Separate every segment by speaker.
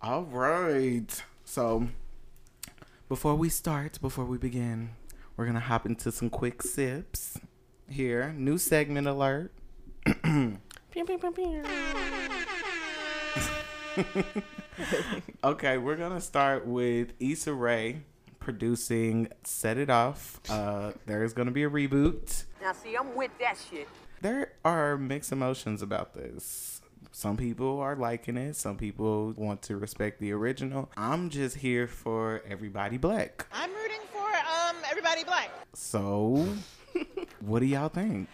Speaker 1: All right. So, before we start, before we begin, we're going to hop into some quick sips here. New segment alert. okay, we're going to start with Issa Rae producing Set It Off. Uh, there's going to be a reboot.
Speaker 2: Now, see, I'm with that shit.
Speaker 1: There are mixed emotions about this. Some people are liking it. Some people want to respect the original. I'm just here for everybody black.
Speaker 3: I'm rooting for um everybody black.
Speaker 1: So, what do y'all think?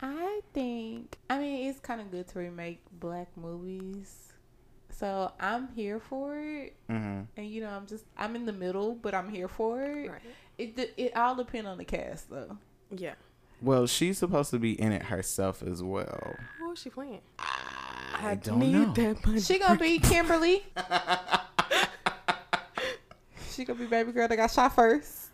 Speaker 4: I think I mean it's kind of good to remake black movies. So I'm here for it,
Speaker 1: Mhm.
Speaker 4: and you know I'm just I'm in the middle, but I'm here for it.
Speaker 3: Right.
Speaker 4: It d- it all depends on the cast though.
Speaker 3: Yeah.
Speaker 1: Well, she's supposed to be in it herself as well.
Speaker 3: Who is she playing?
Speaker 1: I, don't know.
Speaker 3: that money.
Speaker 4: She gonna be Kimberly. she gonna be baby girl that got shot first,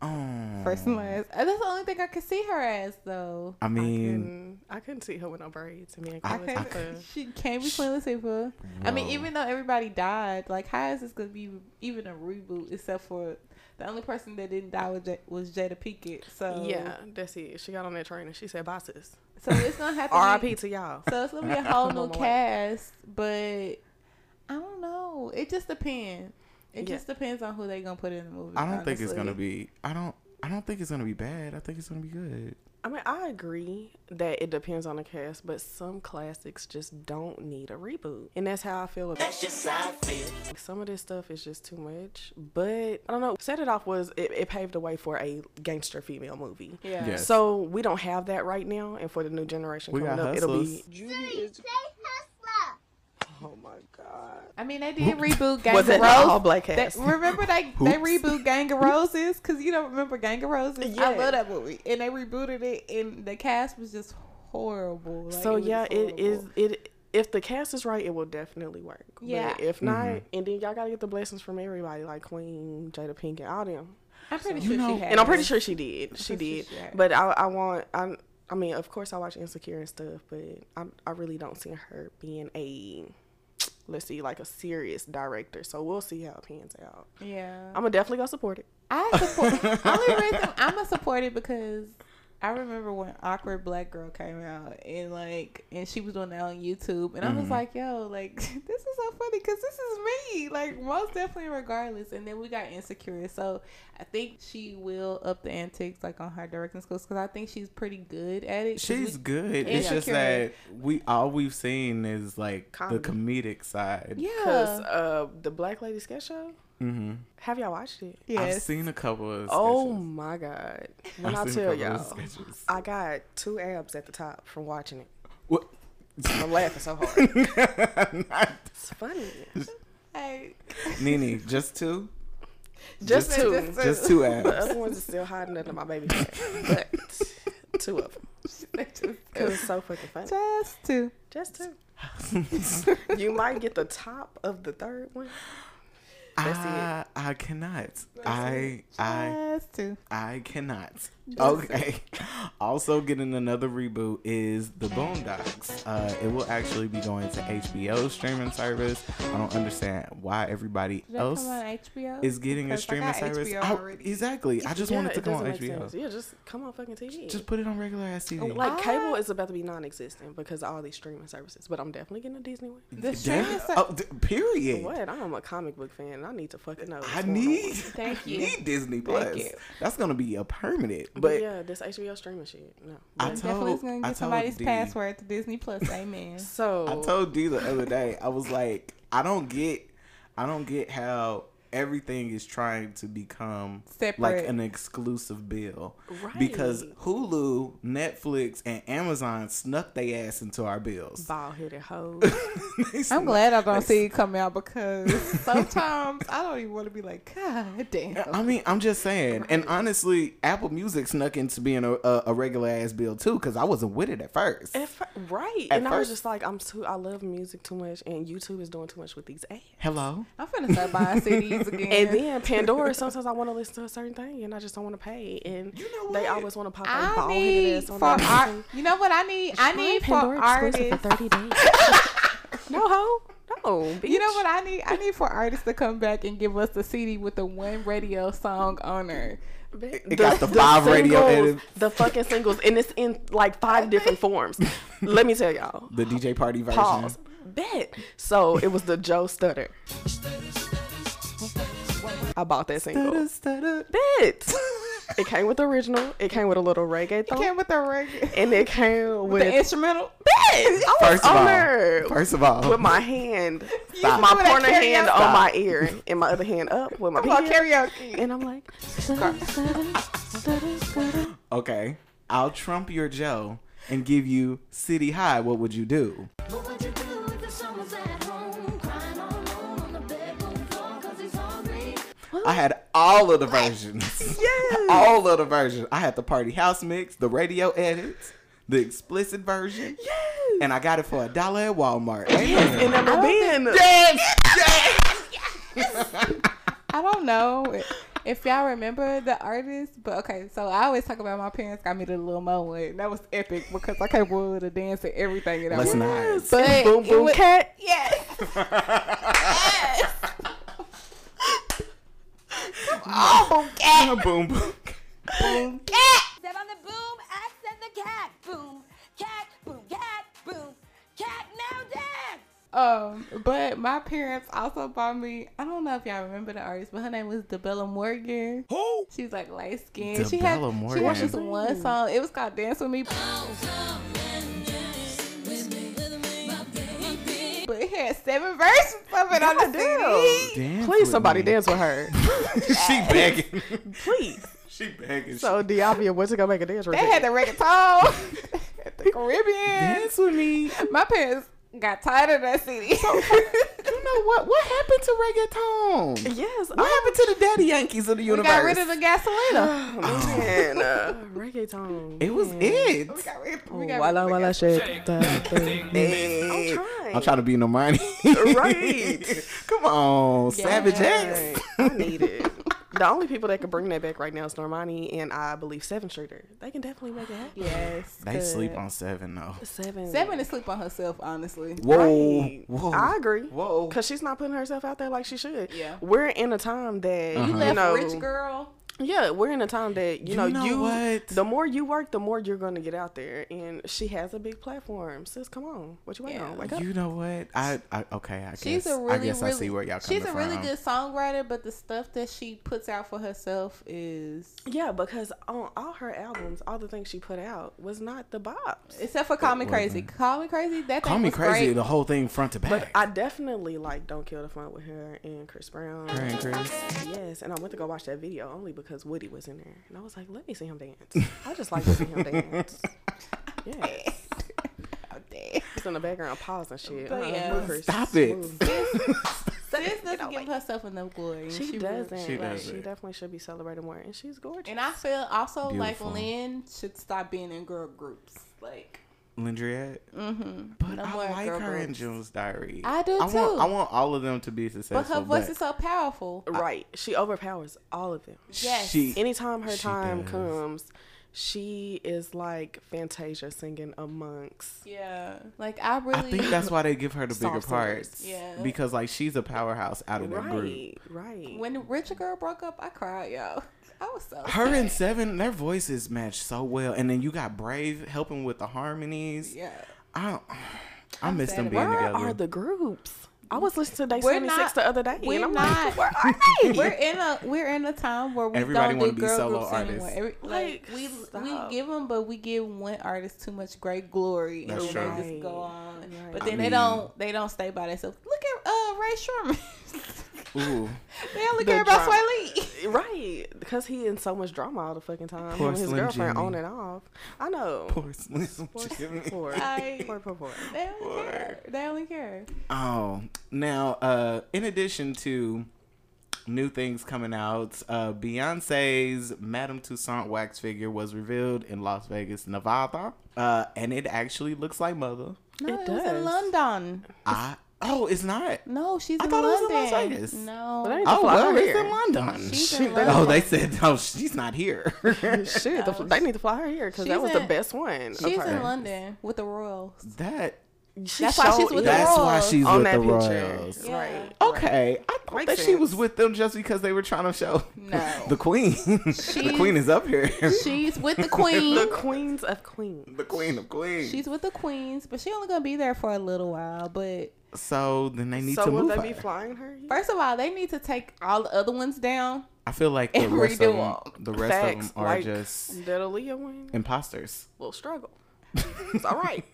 Speaker 1: Oh.
Speaker 4: first and last. And that's the only thing I could see her as though.
Speaker 1: I mean,
Speaker 3: And I couldn't see her with no braids. I mean,
Speaker 4: I
Speaker 3: I couldn't
Speaker 4: can't.
Speaker 3: listen to-
Speaker 4: She can't be Queen Latifah. I mean,
Speaker 1: Whoa.
Speaker 4: even though everybody died, like how is this gonna be even a reboot? Except for the only person that didn't die was, J- was Jada Pinkett. So
Speaker 3: Yeah, that's it. She got on that train and she said, bosses.
Speaker 4: so it's gonna have to
Speaker 3: RIP
Speaker 4: Be,
Speaker 3: to y'all.
Speaker 4: so it's gonna be a whole new
Speaker 3: Mama White.
Speaker 4: cast, but I don't know. It just depends. It
Speaker 3: Yeah.
Speaker 4: just depends on who they gonna put in the movie.
Speaker 1: I don't think it's
Speaker 4: honestly.
Speaker 1: gonna be. I don't. I don't think it's gonna be bad. I think it's gonna be good.
Speaker 3: I mean, I agree that it depends on the cast, but some classics just don't need a reboot. And that's how I feel about That's just how I feel. Some of this stuff is just too much. But I don't know. Set It Off was, it, it paved the way for a gangster female movie.
Speaker 4: Yeah.
Speaker 1: Yes.
Speaker 3: So we don't have that right now, and for the new generation
Speaker 1: We
Speaker 3: coming
Speaker 1: got
Speaker 3: up, it'll be. Oh my God!
Speaker 4: I mean, they did reboot Gang
Speaker 3: Was
Speaker 4: of
Speaker 3: it
Speaker 4: Roses.
Speaker 3: all black
Speaker 4: That,
Speaker 3: cast?
Speaker 4: remember they they
Speaker 1: Oops.
Speaker 4: reboot Gang of Roses because you don't remember Gang of Roses. I
Speaker 3: Yeah.
Speaker 4: love that movie, and they rebooted it, and the cast was just horrible. Like,
Speaker 3: so
Speaker 4: it was
Speaker 3: yeah, it is.
Speaker 4: horrible.
Speaker 3: It if the cast is right, it will definitely work.
Speaker 4: Yeah.
Speaker 3: But if not,
Speaker 4: Mm-hmm.
Speaker 3: and then y'all gotta get the blessings from everybody, like Queen, Jada Pinkett, all them.
Speaker 4: I'm pretty
Speaker 1: You
Speaker 4: sure
Speaker 1: know-
Speaker 4: she had.
Speaker 3: And I'm pretty
Speaker 4: it.
Speaker 3: sure she did. She
Speaker 4: pretty
Speaker 3: did.
Speaker 4: sure she had it.
Speaker 3: But I, I want. I, I mean, of course, I watch Insecure and stuff, but I, I really don't see her being a, let's see, like a serious director. So we'll see how it pans out.
Speaker 4: Yeah,
Speaker 3: I'm gonna definitely go support it.
Speaker 4: I support. only reason I'm gonna support it because I remember when Awkward Black Girl came out, and like, and she was doing that on YouTube, and I
Speaker 1: Mm-hmm.
Speaker 4: was like, yo, like, this is so funny because this is me, like, most definitely, regardless. And then we got insecure, so I think she will up the antics, like, on her directing skills because I think she's pretty good at it. 'Cause we-
Speaker 1: She's good. It's just
Speaker 4: Insecure.
Speaker 1: that we all we've seen is like the comedic side.
Speaker 3: Cause
Speaker 4: yeah,
Speaker 3: uh, the Black Lady sketch show.
Speaker 1: Mm-hmm.
Speaker 3: Have y'all watched it?
Speaker 4: yes.
Speaker 1: I've seen a couple of.
Speaker 3: Oh
Speaker 1: sketches.
Speaker 3: my god! When I
Speaker 1: I've seen
Speaker 3: tell
Speaker 1: a couple
Speaker 3: y'all,
Speaker 1: of sketches.
Speaker 3: I got two abs at the top from watching it.
Speaker 1: What?
Speaker 3: I'm laughing so hard. It's funny.
Speaker 4: Like,
Speaker 1: Nini, just two,
Speaker 3: Just,
Speaker 4: Just-
Speaker 3: two.
Speaker 4: just-
Speaker 1: just two
Speaker 3: the
Speaker 1: abs.
Speaker 3: other ones are still hiding under my baby fat, but two of them because it's so fucking funny.
Speaker 4: just two.
Speaker 3: Just two. You might get the top of the third one.
Speaker 1: I, I cannot. I I
Speaker 4: Just two.
Speaker 1: I cannot. Okay. Also getting another reboot is The Boondocks. Uh, it will actually be going to HBO streaming service. I don't understand why everybody
Speaker 4: Did that
Speaker 1: else
Speaker 4: come on HBO?
Speaker 1: is getting a
Speaker 4: Because I
Speaker 1: streaming
Speaker 4: got
Speaker 1: service.
Speaker 4: HBO
Speaker 1: Oh,
Speaker 4: already.
Speaker 1: exactly. I just
Speaker 3: Yeah,
Speaker 1: wanted to
Speaker 3: it
Speaker 1: come on
Speaker 3: doesn't make
Speaker 1: HBO.
Speaker 3: sense. Yeah, just come on fucking TV.
Speaker 1: Just put it on regular ass TV.
Speaker 3: like
Speaker 4: I-
Speaker 3: cable is about to be non-existent because of all these streaming services. But I'm definitely getting a Disney one.
Speaker 4: The
Speaker 1: Damn.
Speaker 4: streaming ser-
Speaker 1: Oh, d- period.
Speaker 3: What? I'm a comic book fan. and I need to fucking know. what's
Speaker 1: I
Speaker 3: going on.
Speaker 1: need.
Speaker 4: Thank
Speaker 1: I
Speaker 4: you.
Speaker 1: Need Disney Plus.
Speaker 4: you.
Speaker 1: That's gonna be a permanent. But,
Speaker 3: But, yeah, this HBO streaming shit. No.
Speaker 1: I
Speaker 3: But-
Speaker 1: told-
Speaker 4: Definitely is gonna
Speaker 1: I
Speaker 4: get
Speaker 1: told
Speaker 4: somebody's
Speaker 1: D.
Speaker 4: password to Disney Plus. Amen.
Speaker 3: so
Speaker 1: I told D the other day. I was like, I don't get. I don't get how everything is trying to become like
Speaker 4: Separate.
Speaker 1: an exclusive bill
Speaker 3: Right.
Speaker 1: because Hulu, Netflix, and Amazon snuck they ass into our bills.
Speaker 3: bald headed hoe.
Speaker 1: They
Speaker 4: I'm
Speaker 1: snuck-
Speaker 4: glad I don't see it come out because sometimes I don't even want to be like, God damn.
Speaker 1: I mean, I'm just saying. And honestly, Apple Music snuck into being a, a, a regular ass bill too because I wasn't with it at first.
Speaker 3: At fir- right.
Speaker 1: At
Speaker 3: and I was
Speaker 1: first-
Speaker 3: just like, I'm too I love music too much and YouTube is doing too much with these ads.
Speaker 1: Hello.
Speaker 4: I'm finna start buying CDs again.
Speaker 3: And then Pandora, sometimes I want to listen to a certain thing and I just don't want to pay. And
Speaker 1: You know
Speaker 3: they
Speaker 1: what?
Speaker 3: always want to pop a
Speaker 4: I
Speaker 3: bald headed
Speaker 4: need
Speaker 3: ass
Speaker 4: for
Speaker 3: on their
Speaker 4: art.
Speaker 3: thing.
Speaker 4: You know what I need? I need for
Speaker 3: Pandora exclusive
Speaker 4: artists.
Speaker 3: for 30 days. no hoe. No. No,
Speaker 4: You know
Speaker 3: bitch.
Speaker 4: what I need? I need for artists to come back and give us the CD with the one radio song on her.
Speaker 3: It
Speaker 1: got the five radio edits.
Speaker 3: the fucking singles, and it's in like five different forms. Let me tell y'all.
Speaker 1: The DJ party version.
Speaker 3: Pause. Bet. So it was the Joe Stutter. I bought that single. Bet. It came with the original. It came with a little reggae
Speaker 4: It
Speaker 3: thong,
Speaker 4: came with the reggae,
Speaker 3: and it came with.
Speaker 4: the instrumental.
Speaker 3: Bet. I was
Speaker 1: First of
Speaker 3: on
Speaker 1: all,
Speaker 3: there
Speaker 1: first of all,
Speaker 3: with my hand,
Speaker 1: Stop.
Speaker 3: my
Speaker 4: doing that
Speaker 3: pointer hand
Speaker 4: karaoke.
Speaker 3: on my ear, and my other hand up with my
Speaker 4: Come on,
Speaker 3: pinky up.
Speaker 4: karaoke.
Speaker 3: And I'm like,
Speaker 1: okay, I'll trump your Joe and give you City High. What would you do?
Speaker 5: What would you do if your son was at home crying all alone on the bedroom floor 'cause he's hungry?
Speaker 1: I had all of the versions.
Speaker 3: Yes.
Speaker 1: All of the versions. I had the party house mix, the radio edits, the explicit version,
Speaker 3: yes.
Speaker 1: and I got it for a dollar at Walmart. Ain't
Speaker 3: And I'm being.
Speaker 4: I don't know if- if y'all remember the artist, but okay. So I always talk about my parents got me the Lil Mo one. and That was epic because I came with the dance and everything. And I
Speaker 1: Let's
Speaker 4: was
Speaker 1: not.
Speaker 4: But
Speaker 3: boom
Speaker 4: it
Speaker 3: boom
Speaker 4: was-
Speaker 3: cat.
Speaker 4: yes.
Speaker 1: boom boom.
Speaker 5: Step on the boom, I said the cat. Boom, cat, boom, cat, boom, cat, now dance!
Speaker 4: Um, but my parents also bought me. I don't know if y'all remember the artist, but her name was DeBella Morgan. Who? She was like light skinned. She had
Speaker 1: DeBella
Speaker 4: she
Speaker 1: Morgan.
Speaker 4: had this one song. It was called "Dance with Me," but it had seven verses of it on the CD.
Speaker 1: Dance
Speaker 3: Please,
Speaker 1: with
Speaker 3: somebody
Speaker 1: me.
Speaker 3: dance with her.
Speaker 1: she begging.
Speaker 3: Please.
Speaker 1: she begging.
Speaker 3: So Diabia went to go make a dance
Speaker 4: They
Speaker 3: routine.
Speaker 4: had the reggaeton at the Caribbean.
Speaker 1: dance with me.
Speaker 4: My parents got tired of that CD.
Speaker 1: You know what? What happened to reggaeton?
Speaker 3: Yes.
Speaker 1: What happened to the daddy Yankees of the
Speaker 4: we
Speaker 1: universe?
Speaker 4: got rid of the gasolina.
Speaker 3: Oh, man. Uh, reggaeton.
Speaker 1: It was it.
Speaker 4: we got rid, we got rid
Speaker 3: Walla
Speaker 4: of the
Speaker 3: walla
Speaker 4: gas-
Speaker 3: shake that thing.
Speaker 1: Hey,
Speaker 3: trying.
Speaker 1: I'm trying to be no mind.
Speaker 3: Right.
Speaker 1: Come on, Savage
Speaker 4: Yes.
Speaker 1: X.
Speaker 3: I need it. The only people that could bring that back right now is Normani and I believe Seven Streeter. They can definitely make it happen.
Speaker 4: Yes.
Speaker 1: They sleep
Speaker 4: good.
Speaker 1: on seven though.
Speaker 3: Seven.
Speaker 4: Seven is sleep on herself, honestly.
Speaker 1: Whoa,
Speaker 3: Right.
Speaker 1: whoa.
Speaker 3: I agree.
Speaker 1: Whoa.
Speaker 3: Because she's not putting herself out there like she should.
Speaker 4: Yeah.
Speaker 3: We're in a time that,
Speaker 4: You
Speaker 3: you,
Speaker 4: left
Speaker 3: know.
Speaker 4: rich girl.
Speaker 3: Yeah, we're in a time that you, know,
Speaker 1: know
Speaker 3: you
Speaker 1: what?
Speaker 3: the more you work, the more you're going to get out there, and she has a big platform. Sis, come on, what you waiting
Speaker 4: Yeah.
Speaker 3: on? Wake up.
Speaker 1: You know what? I, I okay. I guess.
Speaker 4: She's a really,
Speaker 1: I guess
Speaker 4: really.
Speaker 1: I see where y'all coming
Speaker 4: she's a really
Speaker 1: from.
Speaker 4: good songwriter, but the stuff that she puts out for herself is,
Speaker 3: yeah, because on all her albums, all the things she put out was not the bops.
Speaker 4: except for "Call Me Crazy." "Call Me Crazy" that
Speaker 1: Call
Speaker 4: thing
Speaker 1: me
Speaker 4: was
Speaker 1: crazy.
Speaker 4: great.
Speaker 1: The whole thing front to
Speaker 3: But
Speaker 1: back.
Speaker 3: I definitely like "Don't Kill the Fun" with her and Chris Brown.
Speaker 1: Her and Chris.
Speaker 3: Yes, and I went to go watch that video only because Woody was in there, and I was like, "Let me see him dance. I just like to see him dance." Yes,
Speaker 4: Out there.
Speaker 3: he's in the background pausing shit.
Speaker 4: But
Speaker 3: Uh,
Speaker 4: yeah.
Speaker 3: look, Chris,
Speaker 1: Stop it.
Speaker 3: smooth.
Speaker 4: Sis doesn't give herself enough glory.
Speaker 3: She,
Speaker 4: really-
Speaker 3: doesn't.
Speaker 1: She
Speaker 3: like,
Speaker 1: doesn't.
Speaker 3: She definitely should be celebrated more, and she's gorgeous.
Speaker 4: And I feel also
Speaker 1: Beautiful.
Speaker 4: like Lynn should stop being in girl groups. Like
Speaker 1: Lindriette. Mm-hmm. But
Speaker 4: No
Speaker 1: I
Speaker 4: more
Speaker 1: like
Speaker 4: girl
Speaker 1: her in
Speaker 4: groups.
Speaker 1: June's Diary.
Speaker 4: I do
Speaker 1: I Want,
Speaker 4: too.
Speaker 1: I want all of them to be successful.
Speaker 4: but her voice is so powerful.
Speaker 3: right, she overpowers all of them.
Speaker 4: Yes.
Speaker 1: She,
Speaker 3: Anytime her
Speaker 1: She
Speaker 3: time
Speaker 1: does.
Speaker 3: comes, she is like Fantasia singing amongst.
Speaker 4: Yeah. Like I really
Speaker 1: I think that's why they give her the bigger
Speaker 3: Songsters.
Speaker 1: parts.
Speaker 4: Yeah.
Speaker 1: Because like she's a powerhouse out of that group.
Speaker 3: Right, right.
Speaker 4: when the Rich Girl broke up, I cried, yo. I was so
Speaker 1: Her
Speaker 4: sad.
Speaker 1: and Seven, their voices match so well, and then you got Brave helping with the harmonies.
Speaker 4: Yeah.
Speaker 1: I don't, I miss
Speaker 4: sad
Speaker 1: them being
Speaker 4: about-
Speaker 3: where
Speaker 1: together.
Speaker 3: are the groups? I was listening to Day
Speaker 4: We're
Speaker 3: Seventy Six
Speaker 4: not-
Speaker 3: the other day, and
Speaker 4: We're
Speaker 3: I'm
Speaker 4: not.
Speaker 3: like, where are they?
Speaker 4: We're in a we're in a time where we
Speaker 1: Everybody wanna
Speaker 4: don't do
Speaker 1: be
Speaker 4: girl
Speaker 1: solo
Speaker 4: groups
Speaker 1: artists.
Speaker 4: anymore. Every, like,
Speaker 3: Like,
Speaker 4: we
Speaker 3: stop.
Speaker 4: we give them, but we give one artist too much great glory,
Speaker 1: That's
Speaker 4: and then
Speaker 1: true.
Speaker 4: they just go on. But
Speaker 3: I
Speaker 4: then they
Speaker 1: mean-
Speaker 4: don't they don't stay by themselves. Look at uh Ray Sherman.
Speaker 1: Ooh,
Speaker 4: they only
Speaker 3: The
Speaker 4: care about
Speaker 3: drama.
Speaker 4: Sway Lee.
Speaker 3: right, because he in so much drama all the fucking time. Him
Speaker 1: Poor
Speaker 3: and his
Speaker 1: Slim
Speaker 3: girlfriend
Speaker 1: Jimmy.
Speaker 3: on and off. I know.
Speaker 1: poor Slim Jimmy.
Speaker 3: poor,
Speaker 4: I-
Speaker 3: poor, poor, poor.
Speaker 4: They only care. They only care.
Speaker 1: Oh, now uh, in addition to new things coming out, uh, Beyonce's Madame Toussaint wax figure was revealed in Las Vegas, Nevada, uh, and it actually looks like Mother.
Speaker 4: No,
Speaker 3: It
Speaker 4: it, was
Speaker 3: does.
Speaker 4: in London.
Speaker 1: I oh, it's not.
Speaker 4: No, she's
Speaker 1: I
Speaker 4: in
Speaker 1: thought it was
Speaker 4: London.
Speaker 1: in Las Vegas.
Speaker 4: No,
Speaker 3: But I ain't
Speaker 1: Oh,
Speaker 3: the fly
Speaker 1: well,
Speaker 3: her
Speaker 1: it's
Speaker 3: here.
Speaker 1: in London.
Speaker 4: She's in
Speaker 1: She-
Speaker 4: London.
Speaker 1: Oh, they said, oh, she's not here.
Speaker 3: Shit, the,
Speaker 4: No,
Speaker 3: they need to fly her here because that
Speaker 4: she's
Speaker 3: was the
Speaker 4: in-
Speaker 3: best one. of
Speaker 4: she's
Speaker 3: her.
Speaker 4: in London with the Royals.
Speaker 1: that
Speaker 3: She
Speaker 4: That's why
Speaker 3: sure
Speaker 4: she's with
Speaker 3: is
Speaker 4: the
Speaker 1: That's why
Speaker 4: Royals.
Speaker 1: she's
Speaker 3: on
Speaker 1: with
Speaker 3: that
Speaker 1: the
Speaker 3: picture.
Speaker 1: Royals.
Speaker 4: Yeah.
Speaker 3: Right.
Speaker 1: Okay, I thought
Speaker 3: Makes
Speaker 1: that she was
Speaker 3: sense.
Speaker 1: with them just because they were trying to show
Speaker 4: No.
Speaker 1: the queen. the
Speaker 4: She's-
Speaker 1: queen is up here.
Speaker 4: She's with the queen.
Speaker 3: The queens of queens.
Speaker 1: the queen of queens.
Speaker 4: She's with the queens, but she only gonna be there for a little while. But
Speaker 1: so then they need
Speaker 3: so
Speaker 1: to
Speaker 3: will
Speaker 1: move
Speaker 3: they
Speaker 1: her.
Speaker 3: be flying her?
Speaker 4: first of all, they need to take all the other ones down.
Speaker 1: I feel like the
Speaker 4: and
Speaker 1: rest of them,
Speaker 4: redo 'em.
Speaker 1: the rest
Speaker 3: Facts.
Speaker 1: of them are
Speaker 3: like
Speaker 1: just
Speaker 3: that Aaliyah one
Speaker 1: imposters.
Speaker 3: will struggle. It's all right,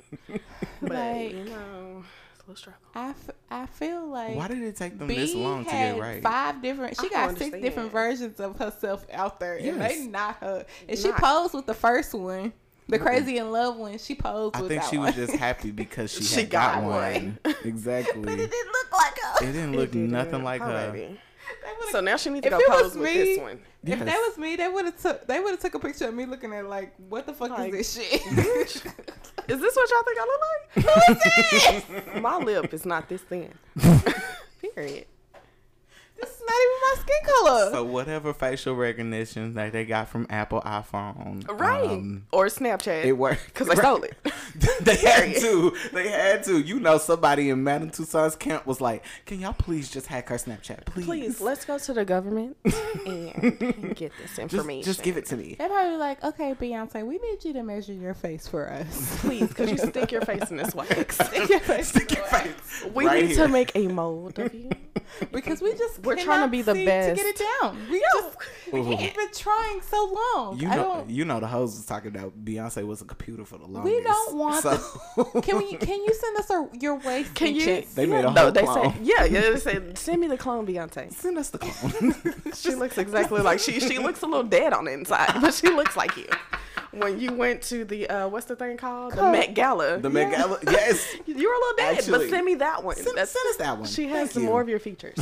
Speaker 3: but
Speaker 4: Like
Speaker 3: you know, it's a little struggle.
Speaker 4: I, f- I feel like
Speaker 1: Why did it take them
Speaker 4: B
Speaker 1: this long to
Speaker 4: had
Speaker 1: get right?
Speaker 4: five different. She
Speaker 3: I
Speaker 4: got
Speaker 3: don't
Speaker 4: six different
Speaker 3: understand.
Speaker 4: versions of herself out there, and they
Speaker 1: Yes.
Speaker 4: not her. And she
Speaker 3: Not-
Speaker 4: posed with the first one, the crazy in love one. She posed
Speaker 1: I
Speaker 4: with
Speaker 1: think
Speaker 4: that
Speaker 1: she
Speaker 4: one.
Speaker 1: was just happy because she,
Speaker 3: She
Speaker 1: had got,
Speaker 3: got
Speaker 1: one. Exactly.
Speaker 4: but it didn't look like
Speaker 1: It
Speaker 4: her.
Speaker 1: didn't look
Speaker 3: Didn't
Speaker 1: nothing
Speaker 3: it?
Speaker 1: like
Speaker 3: Her
Speaker 1: her.
Speaker 3: baby.
Speaker 4: They would've-
Speaker 3: So now she needs
Speaker 4: If
Speaker 3: to go
Speaker 4: it was
Speaker 3: pose with
Speaker 4: me-
Speaker 3: this one.
Speaker 4: if that
Speaker 1: Yes.
Speaker 4: was me, they would have took. They would have took a picture of me looking at like, what the fuck
Speaker 3: Like,
Speaker 4: is this shit?
Speaker 3: Is this what y'all think I look like?
Speaker 4: Who is this?
Speaker 3: My lip is not this thin. Period.
Speaker 4: This is not even my skin color.
Speaker 1: So whatever facial recognition that they got from Apple iPhone,
Speaker 3: Right.
Speaker 1: um,
Speaker 3: or Snapchat.
Speaker 1: it worked
Speaker 3: Because they stole it.
Speaker 1: they had
Speaker 3: Period.
Speaker 1: to. They had to. You know, somebody in Madame Tussauds camp was like, "Can y'all please just hack her Snapchat, please?
Speaker 3: Please, let's go to the government and get this
Speaker 1: just,
Speaker 3: information.
Speaker 1: just give it to me."
Speaker 4: They probably like, okay, Beyonce, we need you to measure your face for us.
Speaker 3: Please, could you stick your face in this wax?
Speaker 4: Stick your face
Speaker 1: Stick your
Speaker 4: for us.
Speaker 1: face.
Speaker 3: We
Speaker 1: right
Speaker 3: need
Speaker 1: here.
Speaker 3: to make a mold of you.
Speaker 4: because we just
Speaker 3: We're trying to
Speaker 4: cannot
Speaker 3: be the
Speaker 4: seem to
Speaker 3: best.
Speaker 4: get it down. We just we
Speaker 1: Ooh.
Speaker 4: have been trying so long.
Speaker 1: You
Speaker 4: I
Speaker 1: know,
Speaker 4: don't.
Speaker 1: you know, the hoes was talking about Beyonce was a computer for the longest.
Speaker 4: We don't want.
Speaker 1: So-
Speaker 4: The, can we? Can you send us a, your waist?
Speaker 3: Can you?
Speaker 4: inches?
Speaker 1: They made a
Speaker 3: No,
Speaker 1: whole
Speaker 3: they
Speaker 1: clone.
Speaker 3: said, yeah, yeah, they said, send me the clone Beyonce.
Speaker 1: send us the clone?
Speaker 3: She looks exactly like she. She looks a little dead on the inside, but she looks like you. When you went to the uh, what's the thing called the Met Gala,
Speaker 1: the Met Gala. Yes.
Speaker 3: you were a little dead.
Speaker 1: Actually,
Speaker 3: but send me that one.
Speaker 1: Send,
Speaker 3: That's-
Speaker 1: send us that one.
Speaker 3: She has
Speaker 1: Thank you.
Speaker 3: more of your features.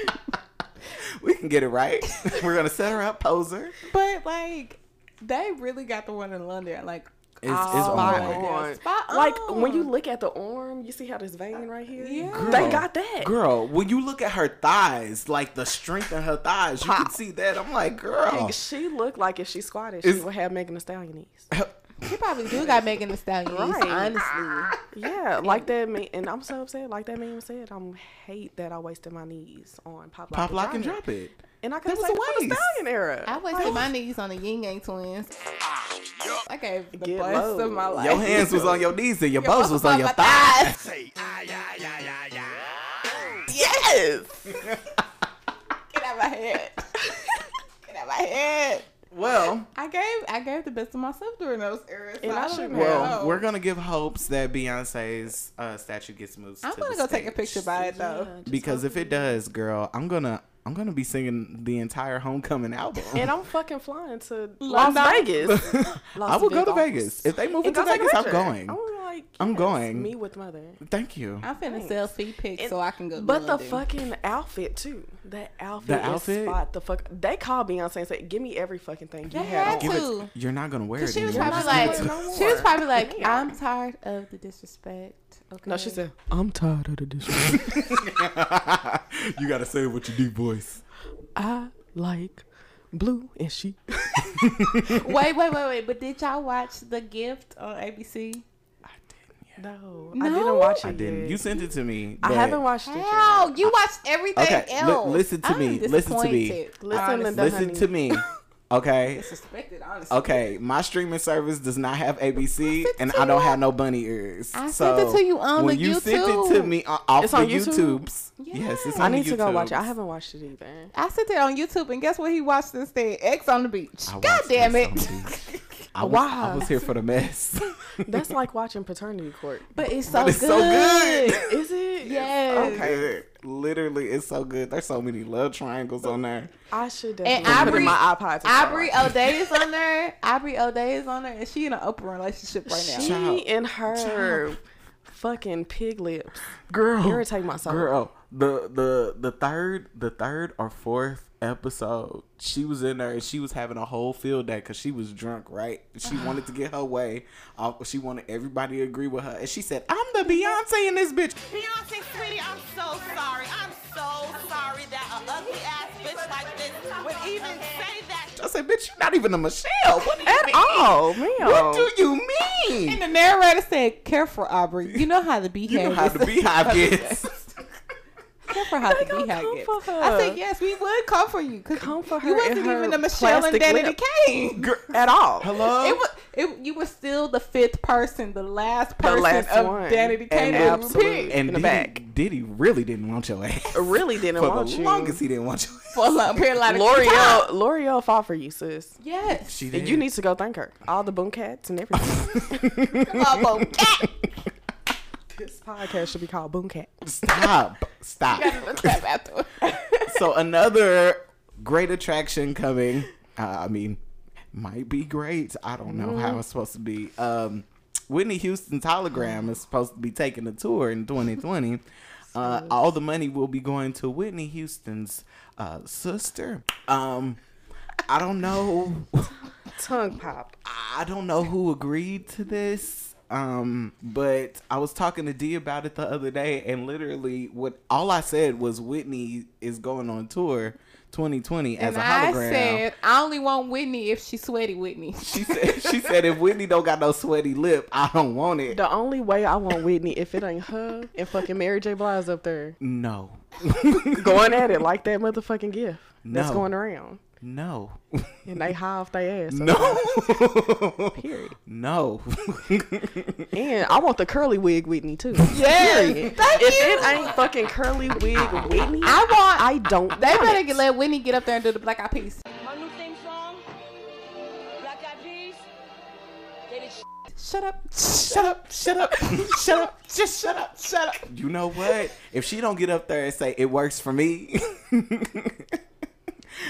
Speaker 1: We can get it right. We're gonna set her up, poser.
Speaker 4: But like, they really got the one in London. Like,
Speaker 1: It's,
Speaker 4: Oh,
Speaker 1: it's
Speaker 4: my
Speaker 1: on.
Speaker 4: God.
Speaker 3: On.
Speaker 4: Spot
Speaker 3: Like when you
Speaker 4: on.
Speaker 3: look at the arm, you see how this vein right here.
Speaker 4: Yeah.
Speaker 3: they got that.
Speaker 1: Girl, when you look at her thighs, like the strength in her thighs, you can
Speaker 3: Pop.
Speaker 1: see that. I'm like, girl.
Speaker 3: Like, she looked like if she squatted, she
Speaker 1: It's-
Speaker 3: would have Megan Thee Stallion knees.
Speaker 4: you probably do got Megan Thee Stallion.
Speaker 3: Right.
Speaker 4: Honestly,
Speaker 3: Yeah, like that. Me- and I'm so upset. Like that meme said, I'm hate that I wasted my knees on pop lock,
Speaker 1: Pop lock and drop it.
Speaker 3: And I could
Speaker 1: was
Speaker 3: say
Speaker 1: a
Speaker 3: it for the
Speaker 1: waste.
Speaker 3: Stallion era.
Speaker 4: I wasted my knees on the Ying Yang twins.
Speaker 1: Ah,
Speaker 4: I gave the
Speaker 3: Get
Speaker 4: bust
Speaker 3: low.
Speaker 4: of my life.
Speaker 1: Your hands was on your knees and your bows was on your
Speaker 4: my
Speaker 1: thighs.
Speaker 4: Yes. Get out of my head. Get out of my head.
Speaker 1: Well,
Speaker 4: I gave I gave the best of myself during those eras. So
Speaker 3: And I
Speaker 4: I don't
Speaker 3: should
Speaker 4: even
Speaker 1: well,
Speaker 4: know.
Speaker 1: we're gonna give hopes that Beyonce's uh, statue gets moved.
Speaker 4: I'm
Speaker 1: to
Speaker 4: gonna
Speaker 1: the
Speaker 4: go take a
Speaker 1: stage.
Speaker 4: picture by it though.
Speaker 1: because if it does, girl, I'm gonna I'm gonna be singing the entire homecoming album.
Speaker 3: And I'm fucking flying to Las
Speaker 4: London.
Speaker 3: Vegas.
Speaker 1: I will go to Vegas if they move it
Speaker 3: And
Speaker 1: to
Speaker 3: go take a
Speaker 1: Vegas. I'm
Speaker 3: picture.
Speaker 1: going.
Speaker 3: I'm like,
Speaker 1: I'm
Speaker 3: yes,
Speaker 1: going.
Speaker 3: Me with mother.
Speaker 1: Thank you.
Speaker 4: I'm finna sell feet pics so I can go. to
Speaker 3: But the
Speaker 4: London.
Speaker 3: fucking outfit too. That outfit.
Speaker 1: The
Speaker 3: is
Speaker 1: outfit?
Speaker 3: Spot the fuck. They called Beyonce and said, "Give me every fucking thing you
Speaker 4: They
Speaker 3: have."
Speaker 4: had
Speaker 3: on."
Speaker 1: Give
Speaker 4: Two.
Speaker 1: it, you're not gonna wear it.
Speaker 4: she was
Speaker 1: anymore.
Speaker 4: probably
Speaker 1: Just give it
Speaker 4: like,
Speaker 1: to-
Speaker 3: no
Speaker 4: she was
Speaker 3: more.
Speaker 4: probably like,
Speaker 3: Yeah.
Speaker 4: I'm tired of the disrespect. Okay.
Speaker 3: No, she said, "I'm tired of the disrespect.
Speaker 1: you gotta say it with your deep voice.
Speaker 3: I like blue and she."
Speaker 4: Wait, wait, wait, wait. But did y'all watch The Gift on ABC?
Speaker 3: No, I
Speaker 4: No.
Speaker 3: didn't watch it.
Speaker 1: I didn't.
Speaker 3: yet.
Speaker 1: You sent it to me.
Speaker 3: I
Speaker 1: but-
Speaker 3: haven't watched it. Yet.
Speaker 4: Hell, you watched everything
Speaker 1: Okay, li-
Speaker 4: else.
Speaker 1: listen to me, listen to me.
Speaker 4: disappointed,
Speaker 3: Listen,
Speaker 4: honestly.
Speaker 3: Linda.
Speaker 1: Listen to me, okay?
Speaker 4: Disrespected, honestly.
Speaker 1: Okay, my streaming service does not have ABC,
Speaker 4: sent it
Speaker 1: and
Speaker 4: to
Speaker 1: I don't
Speaker 4: you
Speaker 1: have
Speaker 4: on-
Speaker 1: no bunny ears.
Speaker 4: I
Speaker 1: so
Speaker 4: sent it to you on
Speaker 1: when
Speaker 4: the
Speaker 1: you sent it to
Speaker 4: YouTube.
Speaker 1: me o- off
Speaker 3: It's
Speaker 1: the
Speaker 3: on YouTube?
Speaker 1: YouTube's. Yes, it's
Speaker 4: Yeah.
Speaker 1: on
Speaker 3: I need to go
Speaker 1: YouTubes.
Speaker 3: watch it. I haven't watched it either.
Speaker 4: I sent it on YouTube, and guess what? He watched instead. X on the beach.
Speaker 1: I
Speaker 4: God
Speaker 1: watched
Speaker 4: damn
Speaker 1: this
Speaker 4: it!
Speaker 1: on the beach. I was, I
Speaker 3: Wow.
Speaker 1: was here for the mess.
Speaker 3: That's like watching Paternity Court.
Speaker 4: But it's so
Speaker 1: it's
Speaker 4: good.
Speaker 1: so good.
Speaker 3: Is it?
Speaker 4: Yes.
Speaker 1: Okay. Literally, it's so good. There's so many love triangles on there.
Speaker 3: I should
Speaker 4: And
Speaker 3: definitely put it
Speaker 4: Aubrey,
Speaker 3: in my iPod. to start
Speaker 4: Aubrey
Speaker 3: watching.
Speaker 4: O'Day is on there. Aubrey O'Day is on there, and she in an open relationship right now.
Speaker 3: She
Speaker 1: Child.
Speaker 3: and her fucking pig lips.
Speaker 1: Girl,
Speaker 3: Irritate my soul.
Speaker 1: Girl, the the the third the third or fourth episode, she was in there and she was having a whole field day because she was drunk. Right, she wanted to get her way. Uh, she wanted everybody to agree with her, and she said, "I'm the Beyonce in this bitch."
Speaker 6: Beyonce, sweetie, I'm so sorry. I'm so sorry that a ugly ass bitch like this would even say that.
Speaker 1: I said, bitch, you're not even a Michelle. What do you
Speaker 3: At
Speaker 1: mean?
Speaker 3: all, man.
Speaker 1: What do you mean?
Speaker 4: And the narrator said, "Careful, Aubrey. You know how the beehive.
Speaker 1: you know how the
Speaker 4: is."
Speaker 1: beehive gets.
Speaker 4: Careful how the
Speaker 3: gonna
Speaker 4: beehive
Speaker 3: come
Speaker 4: gets."
Speaker 3: for her.
Speaker 4: I said, "Yes, we would come for you. 'cause
Speaker 3: Come for her
Speaker 4: You
Speaker 3: in
Speaker 4: wasn't
Speaker 3: her
Speaker 4: even the Michelle and
Speaker 3: plastic
Speaker 4: Danny
Speaker 3: lip.
Speaker 4: DeCane.
Speaker 3: Gr- At all.
Speaker 1: Hello?
Speaker 4: It was, it, you were still the fifth person, the last person
Speaker 3: last
Speaker 4: of
Speaker 3: one.
Speaker 4: Danny DeCane.
Speaker 1: And
Speaker 4: to
Speaker 3: absolutely.
Speaker 4: pick.
Speaker 1: and
Speaker 3: In the
Speaker 1: Diddy,
Speaker 3: back.
Speaker 1: Diddy really didn't want your ass.
Speaker 3: Really didn't
Speaker 1: For
Speaker 3: want
Speaker 1: the
Speaker 3: you.
Speaker 1: longest, he didn't want your ass.
Speaker 4: for a long period of time.
Speaker 3: L'Oreal, L'Oreal fought for you, sis.
Speaker 4: Yes.
Speaker 1: She
Speaker 3: And
Speaker 1: did.
Speaker 3: you need to go thank her. All the boom cats and everything.
Speaker 4: Bubble cat.
Speaker 3: this podcast should be called Boom Cat.
Speaker 1: Stop. Stop.
Speaker 4: Clap afterward.
Speaker 1: so another great attraction coming. Uh, I mean, might be great. I don't know how it's supposed to be. Um, Whitney Houston's hologram is supposed to be taking a tour in 2020. Uh, all the money will be going to Whitney Houston's uh, sister. Um, I don't know.
Speaker 3: Tongue pop.
Speaker 1: I don't know who agreed to this. Um, but I was talking to D about it the other day, and literally, what all I said was Whitney is going on tour 2020 as
Speaker 4: And
Speaker 1: a
Speaker 4: I
Speaker 1: hologram.
Speaker 4: said, I only want Whitney if she's sweaty Whitney.
Speaker 1: she said, she said, if Whitney don't got no sweaty lip, I don't want it.
Speaker 3: The only way I want Whitney if it ain't her and fucking Mary J. Blige up there
Speaker 1: No,
Speaker 3: going at it like that motherfucking gift that's
Speaker 1: No.
Speaker 3: going around.
Speaker 1: no,
Speaker 3: And they high off their ass.
Speaker 1: no,
Speaker 3: Period.
Speaker 1: no.
Speaker 3: And I want the curly wig Whitney too.
Speaker 4: Yes,
Speaker 3: Period.
Speaker 4: thank
Speaker 3: if
Speaker 4: you.
Speaker 3: it ain't fucking curly wig Whitney,
Speaker 4: I want.
Speaker 3: I don't.
Speaker 4: they
Speaker 3: want
Speaker 4: better
Speaker 3: it.
Speaker 4: get, let Whitney get up there and do the black eyed peas.
Speaker 5: My new theme song, Black Eyed Peas. Get it
Speaker 4: Shut up.
Speaker 1: Shut up, shut up, shut up, just shut up, shut up. You know what? If she don't get up there and say it works for me,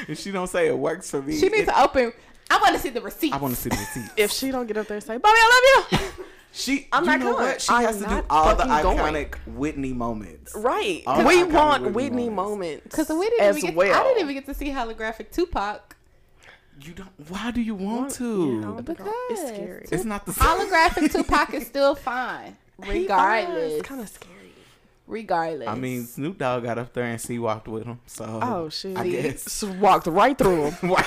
Speaker 1: if she don't say it works for me,
Speaker 4: She needs
Speaker 1: it-
Speaker 4: to open. I want to see the receipt.
Speaker 1: I want to see the receipt.
Speaker 3: If she don't get up there and say, "Bobby, I love you,"
Speaker 1: she,
Speaker 3: I'm
Speaker 1: you
Speaker 3: not
Speaker 1: know
Speaker 3: going.
Speaker 1: what? She
Speaker 3: I'm
Speaker 1: has to do
Speaker 3: not
Speaker 1: all the
Speaker 3: fucking going.
Speaker 1: iconic Whitney moments.
Speaker 3: right?
Speaker 1: All I
Speaker 3: we
Speaker 1: got
Speaker 3: want
Speaker 1: was
Speaker 3: Whitney
Speaker 1: Whitney
Speaker 3: moments.
Speaker 4: Because we didn't
Speaker 3: as
Speaker 4: even get.
Speaker 3: well.
Speaker 4: I didn't even get to see holographic Tupac.
Speaker 1: You don't. Why do you want
Speaker 3: You
Speaker 1: to?
Speaker 3: know, because it's
Speaker 4: Because
Speaker 3: scary.
Speaker 1: it's not the same.
Speaker 4: Holographic Tupac is still fine, regardless.
Speaker 3: kind of scary.
Speaker 4: Regardless.
Speaker 1: I mean, Snoop Dogg got up there and she walked with him. So
Speaker 3: Oh shit!
Speaker 1: I guess.
Speaker 3: Just walked right through him.
Speaker 1: Why?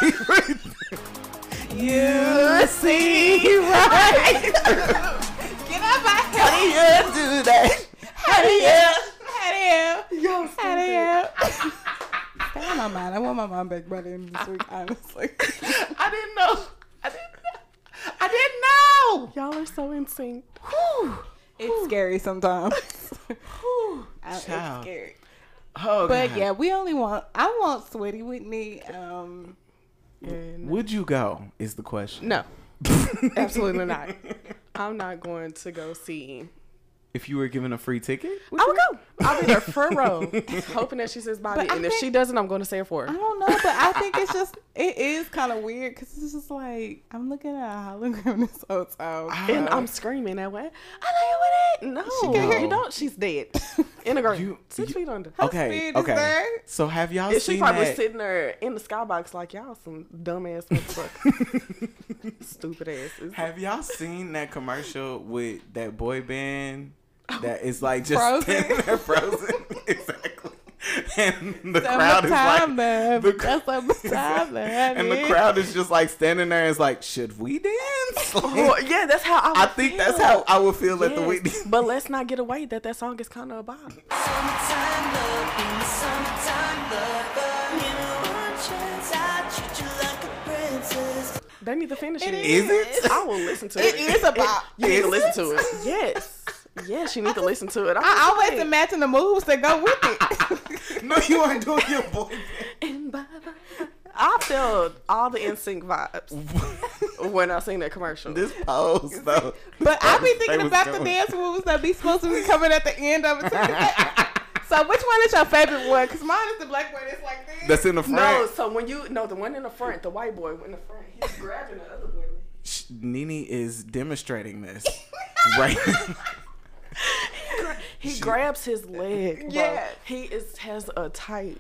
Speaker 1: you see right.
Speaker 4: get up out here.
Speaker 1: you do that?
Speaker 4: How do you? How do you?
Speaker 3: Yo,
Speaker 4: How do you? Stay on my mind. I want my mom back by the end of this week, honestly.
Speaker 1: I didn't know. I didn't know. I didn't know.
Speaker 3: y'all are so in sync.
Speaker 4: it's scary sometimes. I-
Speaker 1: Child.
Speaker 4: It's scary.
Speaker 1: Oh,
Speaker 4: But
Speaker 1: God.
Speaker 4: yeah, we only want I want Sweaty Whitney. Um
Speaker 3: And
Speaker 1: Would you go? Is the question.
Speaker 3: no, absolutely not. I'm not going to go see.
Speaker 1: If you were given a free ticket,
Speaker 3: I would go. I'll be there for a row, hoping that she says Bobby.
Speaker 4: But I
Speaker 3: and if
Speaker 4: think-
Speaker 3: she doesn't, I'm going to say it for her.
Speaker 4: I don't know, but I think it's just it is kind of weird because it's just like I'm looking at a hologram this whole time.
Speaker 3: And I'm screaming that way. I know you with it. No, she
Speaker 1: can't hear
Speaker 3: you.
Speaker 1: you.
Speaker 3: Don't. She's dead. In the ground,
Speaker 1: You-
Speaker 3: six
Speaker 1: you-
Speaker 3: feet under.
Speaker 1: okay,
Speaker 4: spirit is
Speaker 1: okay.
Speaker 4: there.
Speaker 1: So have y'all
Speaker 3: And
Speaker 1: seen
Speaker 3: she probably
Speaker 1: that?
Speaker 3: sitting there in the skybox like y'all some dumbass motherfucker, stupid asses.
Speaker 1: have y'all seen that commercial with that boy band that is like just
Speaker 4: Frozen?
Speaker 1: standing there frozen? exactly. And the crowd is
Speaker 4: Summertime
Speaker 1: like,
Speaker 4: love,
Speaker 1: the crowd-
Speaker 4: that's summertime love.
Speaker 1: and the
Speaker 4: yeah.
Speaker 1: crowd is just like standing there. and Is like, should we dance? Like,
Speaker 3: Well, Oh, yeah, that's how I. Would
Speaker 1: I think that's
Speaker 3: feel.
Speaker 1: how I would feel at the
Speaker 3: Yes,
Speaker 1: Whitney.
Speaker 3: but let's not get away that that song is kind of a bop. They need to finish it.
Speaker 1: Is it?
Speaker 3: I will listen to
Speaker 4: It
Speaker 3: it.
Speaker 4: is a bop.
Speaker 3: You need
Speaker 1: Is
Speaker 3: to listen to it. Yes. Yes, you need to listen to it. I'm
Speaker 4: I
Speaker 3: just
Speaker 4: always
Speaker 3: like,
Speaker 4: imagine the moves that go with it.
Speaker 1: No, you aren't doing your boy band.
Speaker 3: I felt all the NSYNC vibes when I seen that commercial.
Speaker 1: This pose though.
Speaker 4: but I be
Speaker 1: They
Speaker 4: thinking
Speaker 1: was
Speaker 4: about the
Speaker 1: going.
Speaker 4: dance moves that be supposed to be coming at the end of it. so which one is your favorite one? Because mine is the black one. It's like this.
Speaker 1: That's in the
Speaker 3: no,
Speaker 1: front.
Speaker 3: so when you no, the one in the front, the white boy in the front, he's grabbing the other boy.
Speaker 1: Sh- Nene is demonstrating this right.
Speaker 3: He grabs his leg. Bro.
Speaker 4: Yeah.
Speaker 3: he is has a tight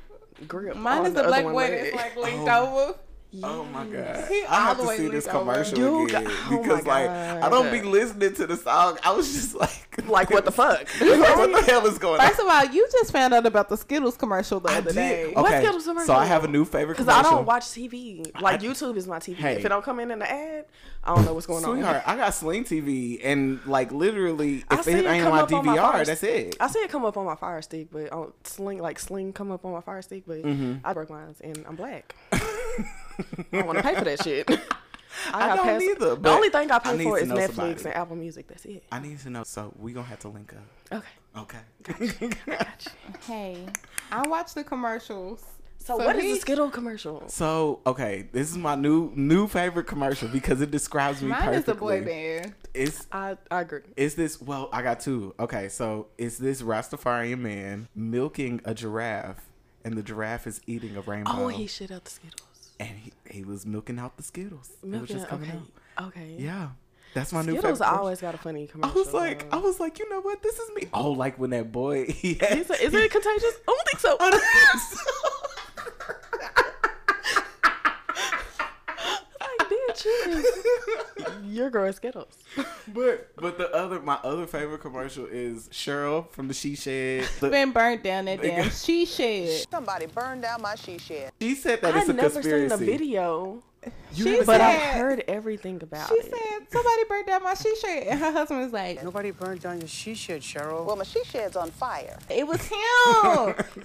Speaker 3: grip.
Speaker 4: Mine
Speaker 3: on
Speaker 4: is the
Speaker 3: other
Speaker 4: black
Speaker 3: one
Speaker 4: one.
Speaker 3: leg.
Speaker 4: It's like leaned over.
Speaker 1: Oh my god!
Speaker 4: He
Speaker 1: I have
Speaker 4: all
Speaker 1: to
Speaker 4: the way
Speaker 1: see this
Speaker 4: licked over.
Speaker 1: commercial
Speaker 3: You
Speaker 1: again
Speaker 3: got- oh my
Speaker 1: because, like, I
Speaker 3: God.
Speaker 1: don't be listening to the song. I was just like,
Speaker 3: Like, what the fuck?
Speaker 1: Like, what the hell is going on?
Speaker 4: First of all, you just found out about the Skittles commercial the
Speaker 1: I
Speaker 4: other
Speaker 1: did. Oh.
Speaker 4: day.
Speaker 3: What's
Speaker 1: Okay,
Speaker 3: Skittles commercial?
Speaker 1: so I have a new favorite
Speaker 3: Because
Speaker 1: commercial.
Speaker 3: I don't watch TV. Like
Speaker 1: I-
Speaker 3: YouTube is my TV.
Speaker 1: Hey.
Speaker 3: If it don't come in in the ad, I don't know what's going
Speaker 1: Sweetheart, I got Sling TV, and like literally,
Speaker 3: on.
Speaker 1: if it ain't on
Speaker 3: come
Speaker 1: my
Speaker 3: up on my
Speaker 1: DVR,
Speaker 3: Fire
Speaker 1: that's
Speaker 3: Stick.
Speaker 1: it.
Speaker 3: I see it come up on my Fire Stick, but on Sling, like Sling, come up on my Fire Stick, but
Speaker 1: Mm-hmm.
Speaker 3: I broke mine and I'm black. I don't want to pay for that shit.
Speaker 1: I
Speaker 3: got
Speaker 1: don't
Speaker 3: past-
Speaker 1: either,
Speaker 3: The
Speaker 1: but
Speaker 3: only thing I
Speaker 1: I
Speaker 3: pay
Speaker 1: need
Speaker 3: for
Speaker 1: to
Speaker 3: is
Speaker 1: know
Speaker 3: Netflix
Speaker 1: somebody.
Speaker 3: and Apple Music. That's it.
Speaker 1: I need to know. So we gonna have to link up.
Speaker 3: Okay.
Speaker 1: Okay.
Speaker 4: Hey, I watched the commercials.
Speaker 3: So, what is
Speaker 4: he-
Speaker 3: the Skittle commercial?
Speaker 1: so okay, this is my new new favorite commercial because it describes me
Speaker 4: Mine
Speaker 1: perfectly.
Speaker 4: is the boy band.
Speaker 1: It's
Speaker 3: I, I agree.
Speaker 1: is this well i got two okay so is this rastafarian man milking a giraffe and the giraffe is eating a rainbow
Speaker 3: Oh, he shit out the Skittles.
Speaker 1: and he, he was milking out the skittles it was
Speaker 3: Milk
Speaker 1: just
Speaker 3: it,
Speaker 1: coming
Speaker 3: okay.
Speaker 1: out
Speaker 3: Okay.
Speaker 1: yeah that's my new
Speaker 3: Skittles
Speaker 1: favorite
Speaker 3: always got a funny
Speaker 1: i
Speaker 3: commercial.
Speaker 1: was like i
Speaker 3: though.
Speaker 1: was like you know what this is me oh like when that boy he had,
Speaker 3: He's like, is it contagious? I don't think so. I like, bitch, you is- your girl is Skittles.
Speaker 1: Oh, but but the other my other favorite commercial is cheryl from the she shed The-
Speaker 4: Been burnt down that damn she shed.
Speaker 6: Somebody burned down my she shed.
Speaker 1: she said that
Speaker 3: I've
Speaker 1: it's a
Speaker 3: never
Speaker 1: conspiracy
Speaker 3: seen the video,
Speaker 1: You
Speaker 4: She
Speaker 1: haven't
Speaker 3: but
Speaker 1: seen
Speaker 3: I've
Speaker 1: it?
Speaker 4: said-
Speaker 3: heard everything about
Speaker 4: She
Speaker 3: it.
Speaker 4: said somebody burnt down my she shed, and her husband was like,
Speaker 7: Nobody burned down your she shed, Cheryl.
Speaker 6: Well, my she shed's on fire.
Speaker 4: "It was him.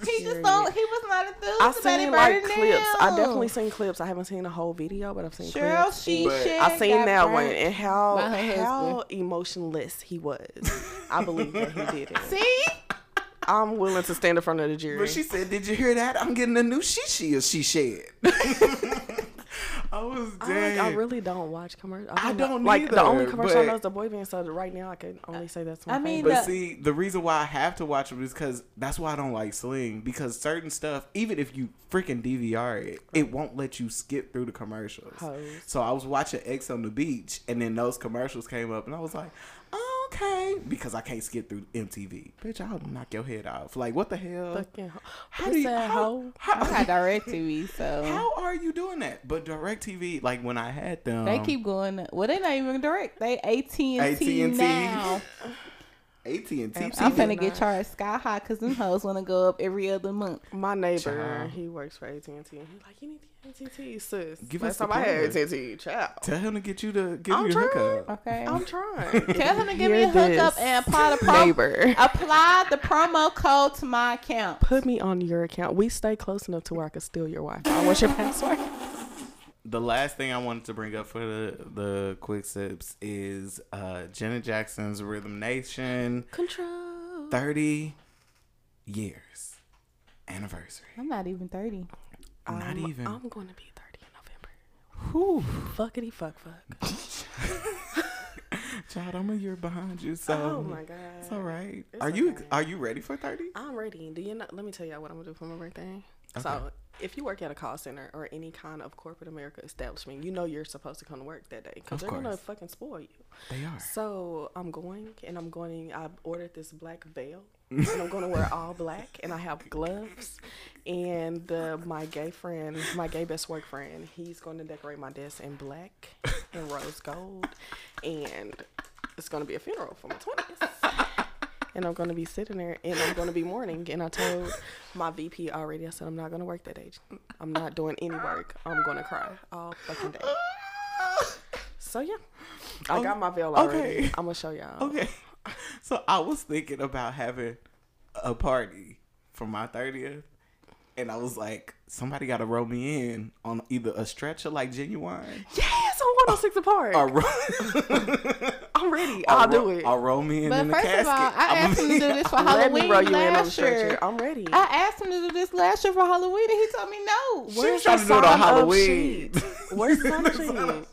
Speaker 4: he just don't. He was not enthused
Speaker 3: I
Speaker 4: about it burning
Speaker 3: seen like clips. I
Speaker 4: down."
Speaker 3: definitely seen clips. I haven't seen the whole video, but I've seen
Speaker 4: Cheryl,
Speaker 3: clips.
Speaker 4: she
Speaker 1: But-
Speaker 4: shed.
Speaker 3: I seen
Speaker 4: got
Speaker 3: that one
Speaker 4: burnt.
Speaker 3: and how
Speaker 4: by her
Speaker 3: how
Speaker 4: husband.
Speaker 3: emotionless he was. I believe that he did it.
Speaker 4: See,
Speaker 3: I'm willing to stand in front of the jury.
Speaker 1: But she said, "Did you hear that? I'm getting a new shishi or she shed." I was
Speaker 3: I,
Speaker 1: dead.
Speaker 3: like, I really don't watch commercials.
Speaker 1: I don't
Speaker 3: like the only
Speaker 1: neither,
Speaker 3: commercial I know
Speaker 1: but-
Speaker 3: is the boy band. So right now, I can only say that's my
Speaker 4: I mean,
Speaker 3: favorite.
Speaker 1: but
Speaker 4: the-
Speaker 1: see, the reason why I have to watch them is because that's why I don't like Sling. Because certain stuff, even if you freaking DVR it, it won't let you skip through the commercials.
Speaker 3: Hoes.
Speaker 1: So I was watching X on the Beach, and then those commercials came up, and I was like, okay, because I can't skip through MTV. Bitch, I'll knock your head off. Like, what the hell?
Speaker 3: Fucking ho-
Speaker 1: how do you?
Speaker 3: pussy
Speaker 1: How,
Speaker 3: hoe.
Speaker 1: how,
Speaker 4: I got DirecTV, so
Speaker 1: How are you doing that? But DirecTV, like when I had them,
Speaker 4: they keep going. Well, they not even direct. They AT and T
Speaker 1: AT&T.
Speaker 4: now.
Speaker 1: AT and T.
Speaker 4: I'm finna get charged sky high because them hoes wanna go up every other month.
Speaker 3: My neighbor,
Speaker 1: Child.
Speaker 3: he works for AT and T. He's like, you need the AT and T, sis.
Speaker 1: Give
Speaker 3: Last
Speaker 1: us the
Speaker 3: time I had AT
Speaker 1: plug.
Speaker 3: and T, child.
Speaker 1: Tell him to get you to give
Speaker 3: I'm
Speaker 1: you your
Speaker 3: trying.
Speaker 1: hookup.
Speaker 4: Okay.
Speaker 3: I'm trying.
Speaker 4: Tell him to give me
Speaker 3: Hear
Speaker 4: a hookup
Speaker 3: this,
Speaker 4: and apply the pro-
Speaker 3: neighbor.
Speaker 4: apply the promo code to my account.
Speaker 3: Put me on your account. We stay close enough to where I can steal your Wi-Fi. What's your password?
Speaker 1: The last thing I wanted to bring up for the the quick sips is uh Jenna Jackson's Rhythm Nation
Speaker 3: Control.
Speaker 1: thirty years anniversary.
Speaker 4: I'm not even thirty.
Speaker 1: Not even.
Speaker 3: I'm going to be 30 in November. Fuckity fuck fuck.
Speaker 1: Child, I'm a year behind you, so
Speaker 3: Oh my god.
Speaker 1: Um, it's all right. are you are you ready for thirty?
Speaker 3: I'm ready. Do you know? Let me tell y'all what I'm gonna do for my birthday. So, if you work at a call center or any kind of corporate America establishment, you know you're supposed to come to work that day because
Speaker 1: Of
Speaker 3: they're gonna
Speaker 1: course.
Speaker 3: fucking spoil you.
Speaker 1: They are.
Speaker 3: So I'm going, and I'm going. I ordered this black veil, and I'm going to wear all black, and I have gloves. And uh, my gay friend, my gay best work friend, he's going to decorate my desk in black and rose gold, and it's going to be a funeral for my twentieth. And I'm going to be sitting there, and I'm going to be mourning. And I told my VP already. I said I'm not going to work that day. I'm not doing any work. I'm going to cry all fucking day. So yeah, I got my veil already.
Speaker 1: okay. Oh,
Speaker 3: I'm gonna show y'all.
Speaker 1: Okay. So I was thinking about having a party for my 30th. And I was like, somebody got to roll me in on either a stretcher like genuine
Speaker 3: Yes, on 106 apart.
Speaker 1: or roll,
Speaker 3: I'm ready. I'll do it.
Speaker 1: Or roll me in
Speaker 4: But
Speaker 1: in the
Speaker 4: first
Speaker 1: casket.
Speaker 4: of all, I
Speaker 1: I'ma
Speaker 4: asked him to
Speaker 1: be-
Speaker 4: do this for
Speaker 3: Let me
Speaker 4: Halloween
Speaker 3: roll you in on the
Speaker 4: last
Speaker 3: stretcher.
Speaker 4: year.
Speaker 3: I'm ready.
Speaker 4: I asked him to do this last year for Halloween, and he told me no.
Speaker 1: She
Speaker 3: Where's
Speaker 1: was trying
Speaker 3: the
Speaker 1: to do it on
Speaker 3: sign-up
Speaker 1: Halloween.
Speaker 3: sheet? Where's the sign sheet?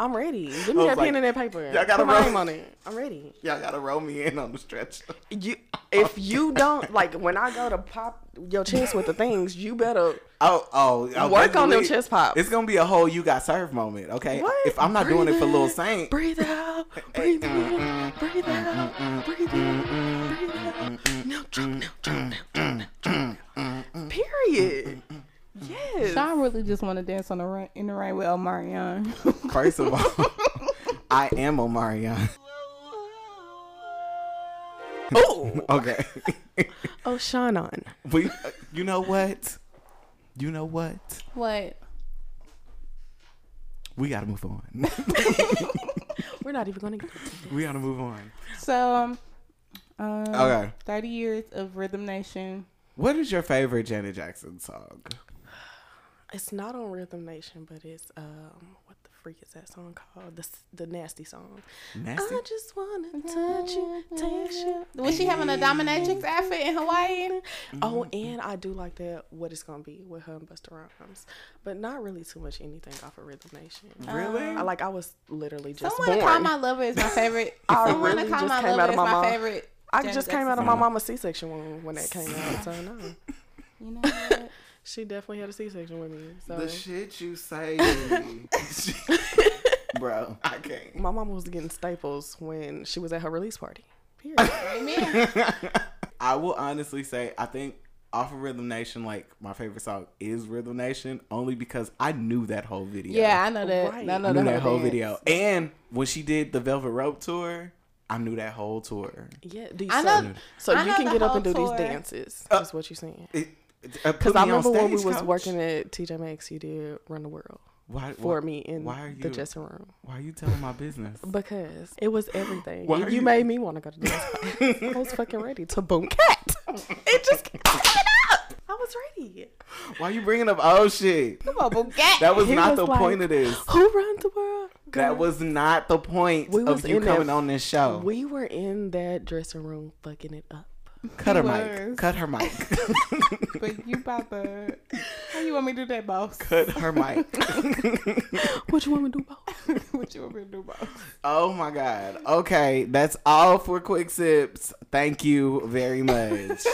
Speaker 3: I'm ready. Give me
Speaker 1: I was
Speaker 3: that pen
Speaker 1: like,
Speaker 3: and that paper.
Speaker 1: y'all gotta
Speaker 3: Put my
Speaker 1: roll-
Speaker 3: name on it. I'm ready.
Speaker 1: Y'all got to roll me in on the stretcher.
Speaker 3: You, if you don't like when I go to pop your chest with the things, you better.
Speaker 1: Oh, oh, oh,
Speaker 3: Work
Speaker 1: that's
Speaker 3: on them
Speaker 1: lit.
Speaker 3: chest pops.
Speaker 1: It's gonna be a whole you got served moment, okay?
Speaker 3: What?
Speaker 1: If I'm not
Speaker 3: Breathe
Speaker 1: doing it for
Speaker 3: in,
Speaker 1: Lil Saint,
Speaker 3: breathe out, breathe in, breathe out, breathe in, breathe out. No drop, no drop, no drop, no drop. Period. Yes.
Speaker 4: Sean really basically just want to dance on the rain, in the rain with Omarion.
Speaker 1: First of all, I am Omarion.
Speaker 3: Oh,
Speaker 1: Okay.
Speaker 3: oh, Shannon.
Speaker 1: we, you know what? You know what?
Speaker 4: what?
Speaker 1: We gotta move on.
Speaker 3: We're not even gonna get it.
Speaker 1: we gotta move on.
Speaker 4: So, um, um,
Speaker 1: Okay.
Speaker 4: thirty years of Rhythm Nation.
Speaker 1: What is your favorite Janet Jackson song?
Speaker 3: It's not on Rhythm Nation, but it's um, what the freak is that song called? The s- the nasty song.
Speaker 1: Nasty.
Speaker 3: I just wanna touch you, taste you.
Speaker 4: Was she having a dominatrix outfit in Hawaii?
Speaker 3: Oh,
Speaker 1: Mm-hmm.
Speaker 3: and I do like that. What it's gonna be with her and Busta Rhymes, but not really too much anything off of Rhythm Nation. Um,
Speaker 1: Really?
Speaker 3: I like I was literally just
Speaker 4: Someone to
Speaker 3: born.
Speaker 4: call my lover is my favorite.
Speaker 3: I
Speaker 4: Someone
Speaker 3: really
Speaker 4: to call
Speaker 3: just
Speaker 4: my
Speaker 3: came
Speaker 4: lover
Speaker 3: out of
Speaker 4: is
Speaker 3: my
Speaker 4: my,
Speaker 3: mom.
Speaker 4: favorite.
Speaker 3: I
Speaker 4: Janet
Speaker 3: just came out
Speaker 4: Jackson
Speaker 3: of
Speaker 1: Mm.
Speaker 3: my mama's C-section when, when that came out. So no,
Speaker 4: song. You know what?
Speaker 3: she definitely had a C-section with me. So
Speaker 1: The shit you say, bro. I can't.
Speaker 3: my mama was getting staples when she was at her release party. Period.
Speaker 4: Amen.
Speaker 1: I will honestly say I think off of Rhythm Nation, like my favorite song is Rhythm Nation, only because I knew that whole video.
Speaker 4: Yeah, I know that.
Speaker 3: Right.
Speaker 4: I know
Speaker 1: I
Speaker 4: the
Speaker 1: knew that whole
Speaker 4: dance.
Speaker 1: video. And when she did the Velvet Rope tour, I knew that whole tour.
Speaker 3: Yeah, do you
Speaker 4: I
Speaker 3: so-
Speaker 4: know-
Speaker 3: so
Speaker 4: I
Speaker 3: you
Speaker 4: know
Speaker 3: can
Speaker 4: the
Speaker 3: get up and do
Speaker 4: whole
Speaker 3: these
Speaker 4: tour.
Speaker 3: dances.
Speaker 1: Uh,
Speaker 3: is what you're saying.
Speaker 1: Because
Speaker 3: Because I remember when we was working at TJ Maxx, you did Run the World
Speaker 1: why,
Speaker 3: for
Speaker 1: why-
Speaker 3: me in
Speaker 1: why are you,
Speaker 3: the dressing room
Speaker 1: Why are you telling my business?
Speaker 3: because it was everything.
Speaker 1: Why
Speaker 3: You,
Speaker 1: are
Speaker 3: you
Speaker 1: you-
Speaker 3: made me want to go to dance. class. I was fucking ready to boom cat. It just kept coming up. I was ready.
Speaker 1: Why are you bringing up old shit?
Speaker 4: Come on, Bugatti.
Speaker 1: That was
Speaker 3: He
Speaker 1: not
Speaker 3: was
Speaker 1: the
Speaker 3: like,
Speaker 1: point of this.
Speaker 3: Who runs the world? Girl.
Speaker 1: That was not the point
Speaker 3: We was
Speaker 1: of you
Speaker 3: in that-
Speaker 1: coming on this show.
Speaker 3: We were in that dressing room fucking it up.
Speaker 1: Cut her
Speaker 4: We
Speaker 1: mic.
Speaker 4: was.
Speaker 1: Cut her mic.
Speaker 4: But you about to? How you want me to do that, boss?
Speaker 1: Cut her mic.
Speaker 3: What you want me to do, boss?
Speaker 4: what you want me to do, boss?
Speaker 1: Oh my god. Okay, that's all for quick sips. Thank you very much.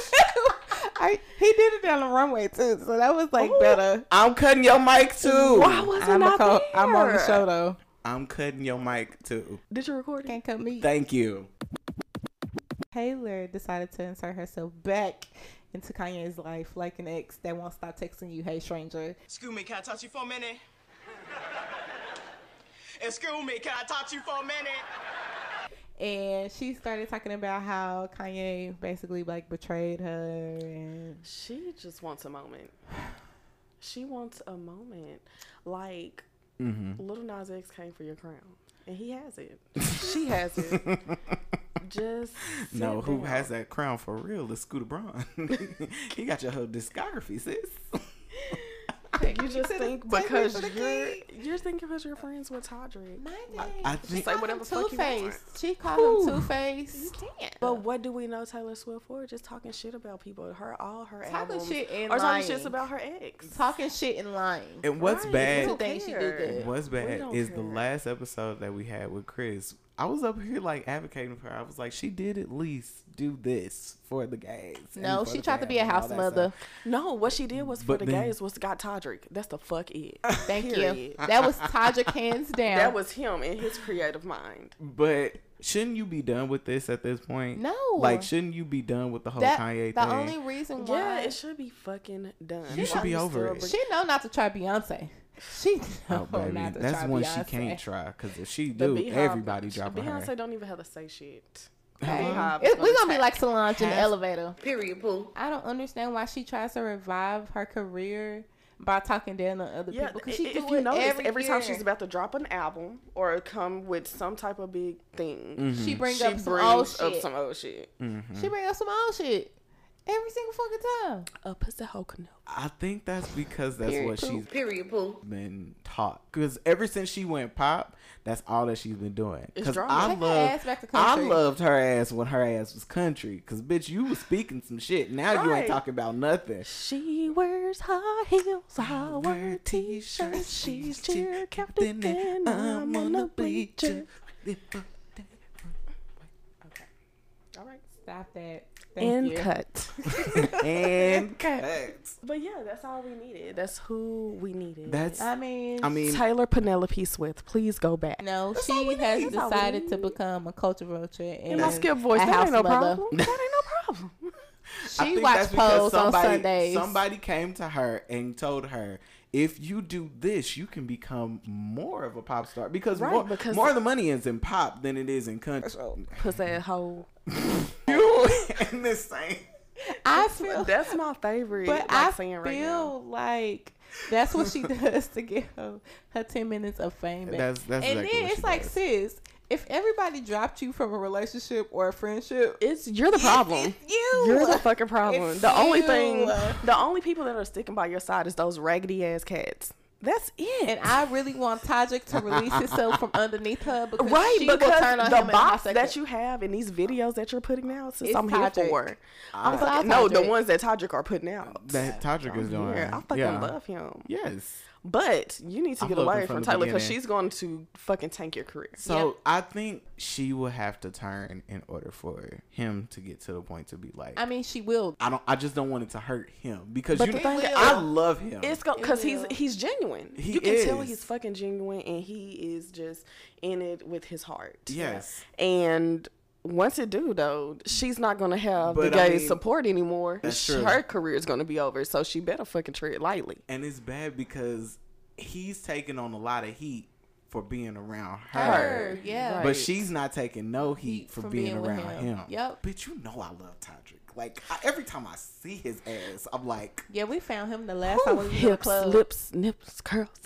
Speaker 4: I, he did it on the runway too, so that was like better.
Speaker 1: I'm cutting your mic too.
Speaker 3: Why wasn't
Speaker 4: I'm,
Speaker 3: I
Speaker 4: a co- I'm on the
Speaker 3: there?
Speaker 4: show though.
Speaker 1: I'm cutting your mic too.
Speaker 3: Did you record it?
Speaker 4: Can't cut me.
Speaker 1: Thank you.
Speaker 4: Taylor decided to insert herself back into Kanye's life like an ex that won't stop texting you, hey stranger.
Speaker 8: Excuse me, can I touch you for a minute? Excuse me, can I touch you for a minute?
Speaker 4: And she started talking about how Kanye basically like betrayed her and
Speaker 3: She just wants a moment. She wants a moment. Like
Speaker 1: Mm-hmm.
Speaker 3: Little Nas X came for your crown, and he has it. she has it. just sit
Speaker 1: No, who
Speaker 3: down.
Speaker 1: has that crown for real? Is Scooter Braun. he got your whole discography, sis.
Speaker 3: You just think because you're you're thinking because you're friends with Todrick.
Speaker 1: I think
Speaker 3: Say whatever
Speaker 4: Two
Speaker 3: fuck you want.
Speaker 4: Face. She called him Two Face.
Speaker 3: But what do we know Taylor Swift for? Just talking shit about people. Her all her
Speaker 4: Talking
Speaker 3: albums
Speaker 4: shit and
Speaker 3: or talking shit
Speaker 4: lying.
Speaker 3: about her ex.
Speaker 4: Talking shit and lying.
Speaker 1: and what's
Speaker 3: Right,
Speaker 1: bad
Speaker 3: who
Speaker 4: Think she do
Speaker 3: cares?
Speaker 4: good.
Speaker 1: What's bad
Speaker 3: don't
Speaker 1: is the
Speaker 3: care.
Speaker 1: last episode that we had with Chris. I was up here like advocating for her. I was like, she did at least do this for the gays. and
Speaker 4: no,
Speaker 1: for
Speaker 4: she
Speaker 1: the
Speaker 4: tried to be a
Speaker 1: fans and all
Speaker 4: house
Speaker 1: that
Speaker 4: mother.
Speaker 1: stuff.
Speaker 3: No, what she did was for
Speaker 1: But
Speaker 3: the
Speaker 1: then-
Speaker 3: gays was got Todrick. That's the fuck it.
Speaker 4: Thank you.
Speaker 3: Period.
Speaker 4: That was Todrick hands down.
Speaker 3: That was him in his creative mind.
Speaker 1: But shouldn't you be done with this at this point?
Speaker 4: No.
Speaker 1: Like, shouldn't you be done with the whole
Speaker 4: That-
Speaker 1: Kanye
Speaker 4: the
Speaker 1: thing?
Speaker 4: only reason why
Speaker 3: Yeah, it should be fucking done.
Speaker 1: You should be
Speaker 3: I'm
Speaker 1: over
Speaker 3: still
Speaker 1: it.
Speaker 3: bring-
Speaker 4: She know not to try Beyonce. She
Speaker 1: Oh,
Speaker 4: know
Speaker 1: baby,
Speaker 4: not to
Speaker 1: that's
Speaker 4: try
Speaker 1: one
Speaker 4: Beyonce.
Speaker 1: she can't try. Cause if she
Speaker 3: The
Speaker 1: do,
Speaker 3: Beehive-
Speaker 1: everybody dropping
Speaker 3: Beyonce
Speaker 1: her.
Speaker 3: don't even have to say shit.
Speaker 4: Okay.
Speaker 3: Beehive is
Speaker 4: It, we
Speaker 3: gonna
Speaker 4: gonna be
Speaker 3: take
Speaker 4: like Solange in the
Speaker 3: half-
Speaker 4: elevator.
Speaker 5: Period, boo.
Speaker 4: I don't understand why she tries to revive her career by talking down on other
Speaker 3: Yeah,
Speaker 4: people.
Speaker 3: i-
Speaker 4: Because she
Speaker 3: if
Speaker 4: do
Speaker 3: you
Speaker 4: it
Speaker 3: notice, every,
Speaker 4: every,
Speaker 3: time
Speaker 4: year.
Speaker 3: she's about to drop an album or come with some type of big thing,
Speaker 1: Mm-hmm.
Speaker 4: she bring
Speaker 3: she
Speaker 4: up
Speaker 3: brings
Speaker 4: some old shit.
Speaker 3: up some old shit.
Speaker 4: She bring up some old shit every single fucking time.
Speaker 3: A pussy hoe canoe.
Speaker 1: I think that's because that's what she's
Speaker 5: Period, boo.
Speaker 1: been taught. Because ever since she went pop, that's all that she's been doing.
Speaker 3: It's
Speaker 1: Because
Speaker 3: drama.
Speaker 1: I
Speaker 4: Take her
Speaker 1: love,
Speaker 4: ass back to
Speaker 1: I
Speaker 4: country.
Speaker 1: loved her ass when her ass was country. Because bitch, you was speaking some shit. Now you
Speaker 3: Right.
Speaker 1: ain't talking about nothing.
Speaker 3: She wears high heels, I wear t-shirts. She's cheer captain and I'm on the bleacher. All right,
Speaker 4: Stop that. Thank
Speaker 3: and
Speaker 4: you.
Speaker 3: cut.
Speaker 1: And cut.
Speaker 3: But yeah, that's all we needed. That's who we needed.
Speaker 1: That's.
Speaker 4: I mean,
Speaker 1: I mean,
Speaker 3: Taylor Penelope Swift. Please go back.
Speaker 4: no, she has decided to become a culture vulture and
Speaker 3: And my skip voice,
Speaker 4: a
Speaker 3: that
Speaker 4: house
Speaker 3: ain't no
Speaker 4: mother.
Speaker 3: problem. That ain't no
Speaker 1: I
Speaker 3: problem.
Speaker 4: She
Speaker 1: think
Speaker 4: watched
Speaker 1: that's because
Speaker 4: Pose on Sundays.
Speaker 1: Somebody came to her and told her if you do this, you can become more of a pop star because,
Speaker 3: Right,
Speaker 1: more,
Speaker 3: because-
Speaker 1: more of the money is in pop than it is in country.
Speaker 3: Pussy hoe.
Speaker 1: You in this same.
Speaker 4: I feel
Speaker 3: That's my favorite.
Speaker 4: But
Speaker 3: like,
Speaker 4: I
Speaker 3: saying
Speaker 4: feel
Speaker 3: right now.
Speaker 4: like that's what she does to get her, her ten minutes of fame back.
Speaker 1: That's- that's
Speaker 4: and
Speaker 1: exactly
Speaker 4: then
Speaker 1: what
Speaker 4: it's
Speaker 1: she
Speaker 4: like,
Speaker 1: does.
Speaker 4: sis, if everybody dropped you from a relationship or a friendship,
Speaker 3: It's you're the problem.
Speaker 4: it's you.
Speaker 3: You're the fucking problem.
Speaker 4: It's
Speaker 3: the only
Speaker 4: you.
Speaker 3: thing, the only people that are sticking by your side is those raggedy ass cats. That's it.
Speaker 4: and I really want Tajik to release himself from underneath her because
Speaker 3: right
Speaker 4: she
Speaker 3: because
Speaker 4: will turn on
Speaker 3: the
Speaker 4: him
Speaker 3: box
Speaker 4: in a
Speaker 3: that you have in these videos that you're putting out, since
Speaker 4: It's
Speaker 3: I'm here
Speaker 4: Todrick.
Speaker 3: for. I'm
Speaker 4: It's all
Speaker 3: fucking, no, the
Speaker 4: Todrick.
Speaker 3: ones that Tajik are putting out.
Speaker 1: That Todrick is doing.
Speaker 3: yeah, I fucking
Speaker 1: Yeah.
Speaker 3: love him.
Speaker 1: Yes.
Speaker 3: But you need to
Speaker 1: I'm
Speaker 3: get
Speaker 1: looking
Speaker 3: away
Speaker 1: from
Speaker 3: from
Speaker 1: the
Speaker 3: Taylor because
Speaker 1: beginning.
Speaker 3: she's going to fucking tank your career.
Speaker 1: So I think she will have to turn in order for him to get to the point to be like,
Speaker 4: I mean, she will.
Speaker 1: I don't. I just don't want it to hurt him because
Speaker 3: But
Speaker 1: you.
Speaker 3: the
Speaker 1: know-
Speaker 3: thing-
Speaker 1: I love him.
Speaker 3: It's going because he's he's genuine.
Speaker 1: He
Speaker 3: you can tell
Speaker 1: is.
Speaker 3: he's fucking genuine, and he is just in it with his heart.
Speaker 1: Yes.
Speaker 3: And once it do though, she's not gonna have the
Speaker 1: But, I
Speaker 3: gay
Speaker 1: mean,
Speaker 3: support anymore.
Speaker 1: that's
Speaker 3: Sh-
Speaker 1: true.
Speaker 3: Her career is gonna be over, so she better fucking tread lightly.
Speaker 1: and it's bad because he's taking on a lot of heat for being around her.
Speaker 4: Her, yeah.
Speaker 1: But she's not taking no heat for
Speaker 4: for
Speaker 1: being,
Speaker 4: being with
Speaker 1: around him.
Speaker 4: him. Yep.
Speaker 1: Bitch, you know I love Todrick. Like I, every time I see his ass, I'm like,
Speaker 4: Yeah, we found him the last time we was in the
Speaker 3: Hips,
Speaker 4: club.
Speaker 3: lips, nips, curls.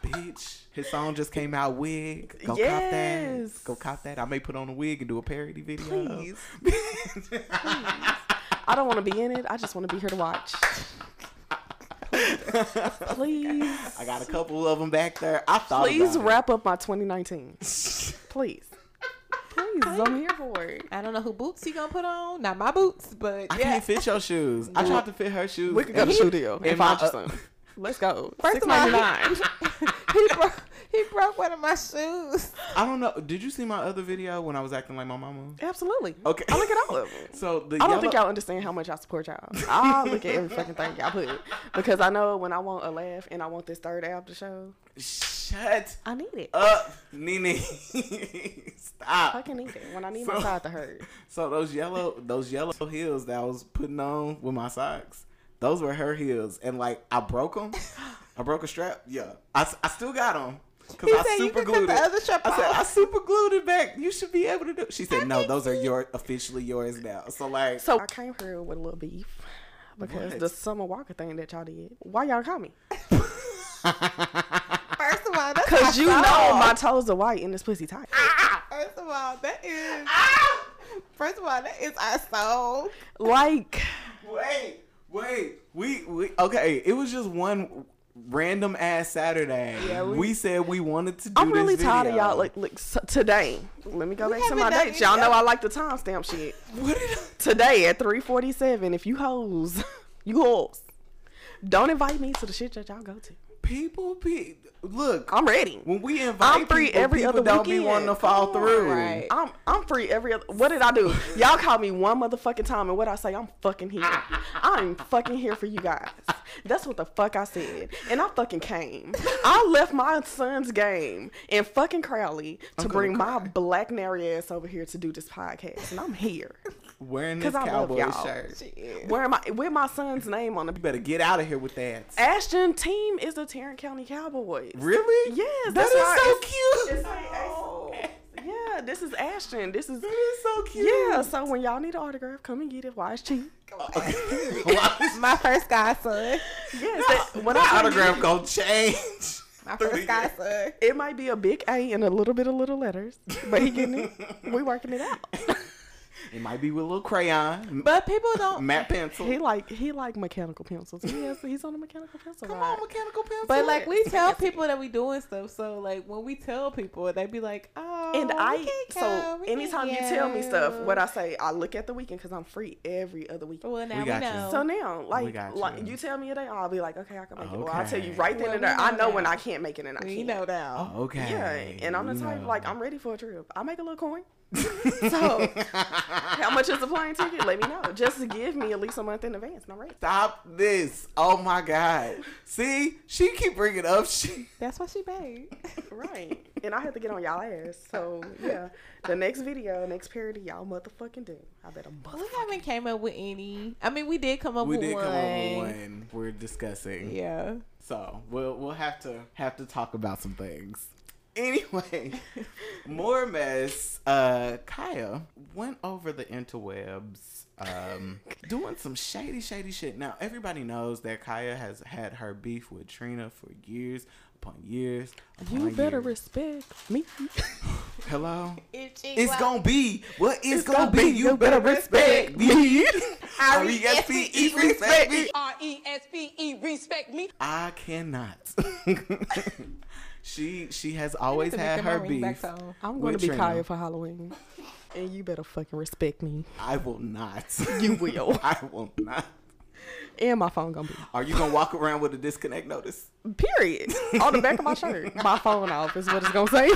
Speaker 1: bitch. His song just came out. Wig. Go
Speaker 3: Yes.
Speaker 1: cop that. Go cop that. I may put on a wig and do a parody video.
Speaker 3: Please. I don't want to be in it. I just want to be here to watch. Please,
Speaker 1: I got a couple of them back there. I thought.
Speaker 3: please
Speaker 1: about it.
Speaker 3: wrap up my 2019. Please, please, I'm here for it.
Speaker 4: I don't know who boots he gonna put on. Not my boots, but
Speaker 1: I can't fit your shoes. I tried to fit her shoes.
Speaker 3: We could go to
Speaker 1: and-
Speaker 3: studio and
Speaker 1: and
Speaker 3: find
Speaker 1: my-
Speaker 3: you some. Let's go.
Speaker 4: First
Speaker 3: Six
Speaker 4: of all-
Speaker 3: ninety nine.
Speaker 4: he broke he broke one of my shoes.
Speaker 1: I don't know. Did you see my other video when I was acting like my mama?
Speaker 3: Absolutely.
Speaker 1: Okay.
Speaker 3: I look at all of them.
Speaker 1: So the
Speaker 3: I don't
Speaker 1: yellow-
Speaker 3: think y'all understand how much I support y'all. I look at every fucking thing y'all put because I know when I want a laugh and I want this third after show,
Speaker 1: Shut
Speaker 3: I need it.
Speaker 1: up, Nene.
Speaker 3: I
Speaker 1: Stop.
Speaker 3: fucking need it when I need
Speaker 1: So-
Speaker 3: my side to hurt.
Speaker 1: So those yellow, those yellow heels that I was putting on with my socks, those were her heels, and like I broke them. I broke a strap. Yeah, I, s- I still got them because
Speaker 4: He
Speaker 1: I
Speaker 4: said you
Speaker 1: super
Speaker 4: could cut
Speaker 1: glued it.
Speaker 4: the other strap
Speaker 1: I said
Speaker 4: off.
Speaker 1: I super glued it back. You should be able to do. She said, "No, those are your officially yours now." So like,
Speaker 3: So I came here with a little beef because
Speaker 1: What?
Speaker 3: the Summer Walker thing that y'all did. Why y'all call me?
Speaker 4: First of all, that's
Speaker 3: Cause you
Speaker 4: saw.
Speaker 3: know my toes are white and this pussy tight.
Speaker 4: First of all, that is.
Speaker 3: Ah!
Speaker 4: First of all, that is our soul.
Speaker 3: Like
Speaker 1: wait, wait, we we okay. It was just one random ass Saturday. we, said we wanted to. do
Speaker 3: I'm really
Speaker 1: this
Speaker 3: tired of
Speaker 1: video.
Speaker 3: y'all. Like, like so today. Let me go back to
Speaker 4: haven't
Speaker 3: my
Speaker 4: done
Speaker 3: dates. Y'all
Speaker 4: any
Speaker 3: know
Speaker 4: of-
Speaker 3: I like the timestamp shit.
Speaker 1: what did I?
Speaker 3: today at 3:47. If you hoes, you hoes, don't invite me to the shit that y'all go to.
Speaker 1: People be look.
Speaker 3: I'm ready.
Speaker 1: when we invite
Speaker 3: I'm free
Speaker 1: people,
Speaker 3: every
Speaker 1: people
Speaker 3: other
Speaker 1: don't be
Speaker 3: weekend.
Speaker 1: wanting to fall
Speaker 4: Come on,
Speaker 1: through.
Speaker 4: right.
Speaker 3: I'm I'm free every other. What did I do? Y'all call me one motherfucking time, and what I say, I'm fucking here. I'm fucking here for you guys. That's what the fuck I said, and I fucking came. I left my son's game in fucking Crowley to bring my black nary ass over here to do this podcast, and I'm here
Speaker 1: Wearing this
Speaker 3: because I love
Speaker 1: cowboy
Speaker 3: y'all.
Speaker 1: shirt. You
Speaker 3: Where my with my son's name on the
Speaker 1: better get out of here with that.
Speaker 3: Ashton team is the Tarrant County Cowboys.
Speaker 1: Really?
Speaker 3: Yes.
Speaker 1: That is
Speaker 3: why
Speaker 1: so
Speaker 3: it's-
Speaker 1: cute.
Speaker 3: it's like- Yeah, this is Ashton. This is
Speaker 1: That is so cute.
Speaker 3: yeah. So when y'all need an autograph, come and get it. Why it's cheap?
Speaker 4: My first godson.
Speaker 3: Yes. that- when I
Speaker 1: My
Speaker 3: tell you,
Speaker 1: autograph gonna change.
Speaker 4: My first godson.
Speaker 3: it might be a big A and a little bit of little letters, but he getting it. We working it out.
Speaker 1: It might be with a little crayon,
Speaker 4: But people don't.
Speaker 1: matte pencil.
Speaker 3: He like he like mechanical pencils. He has, he's on a mechanical pencil.
Speaker 1: Come
Speaker 3: ride.
Speaker 1: on, mechanical pencil.
Speaker 4: But like we tell people that we doing stuff, so like when we tell people, they be like, "Oh."
Speaker 3: And
Speaker 4: we
Speaker 3: I
Speaker 4: can't
Speaker 3: so
Speaker 4: come, we can't
Speaker 3: anytime you tell me stuff,
Speaker 4: go.
Speaker 3: what I say, I look at the weekend because I'm free every other weekend.
Speaker 4: Well, now
Speaker 1: We
Speaker 4: we,
Speaker 1: got you.
Speaker 4: know.
Speaker 3: So now, like,
Speaker 1: got
Speaker 3: like
Speaker 1: you.
Speaker 3: you tell me a day, I'll be like, okay, I can make it. Or I'll tell you
Speaker 1: Okay.
Speaker 3: right then
Speaker 4: Well,
Speaker 3: and there.
Speaker 4: we
Speaker 3: I
Speaker 4: know
Speaker 3: know when
Speaker 4: now.
Speaker 3: I can't make it, and I
Speaker 4: we
Speaker 3: can't.
Speaker 4: know now.
Speaker 1: okay.
Speaker 3: Yeah, and I'm the
Speaker 1: we
Speaker 3: type
Speaker 1: know.
Speaker 3: like I'm ready for a trip. I make a little coin. So, how much is the plane ticket? Let me know. Just give me at least a month in advance. and I'm ready.
Speaker 1: Stop this. Oh my God. See, she keep bringing up shit.
Speaker 4: That's why she paid.
Speaker 3: Right. And I had to get on y'all ass. So, yeah. The next video, next parody, y'all motherfucking do. I bet a
Speaker 4: we
Speaker 3: motherfucker.
Speaker 4: haven't came up with any. I mean, we did come up
Speaker 1: We
Speaker 4: with
Speaker 1: did
Speaker 4: one.
Speaker 1: come up with one we're discussing.
Speaker 4: Yeah.
Speaker 1: So we'll we'll have to have to talk about some things. Anyway, more mess. Uh, Kaya went over the interwebs, um, doing some shady, shady shit. Now everybody knows that Kaya has had her beef with Trina for years upon years.
Speaker 3: You
Speaker 1: upon
Speaker 3: better
Speaker 1: years.
Speaker 3: respect me.
Speaker 1: hello.
Speaker 4: If
Speaker 1: It's gonna be what it's, gonna,
Speaker 3: gonna
Speaker 1: be.
Speaker 3: be.
Speaker 1: You,
Speaker 3: You
Speaker 1: better
Speaker 3: better
Speaker 1: respect me. R E S P E respect me.
Speaker 2: R E S P E, respect me.
Speaker 1: I cannot. she she has always had her beef.
Speaker 3: I'm going
Speaker 1: with
Speaker 3: to be
Speaker 1: Trina.
Speaker 3: Kaya for Halloween. And you better fucking respect me.
Speaker 1: I will not. You will. I will not.
Speaker 3: And my phone going to
Speaker 1: Are you gonna walk around with a disconnect notice?
Speaker 3: be. Period. On the back of my shirt. My phone off is what it's going to say.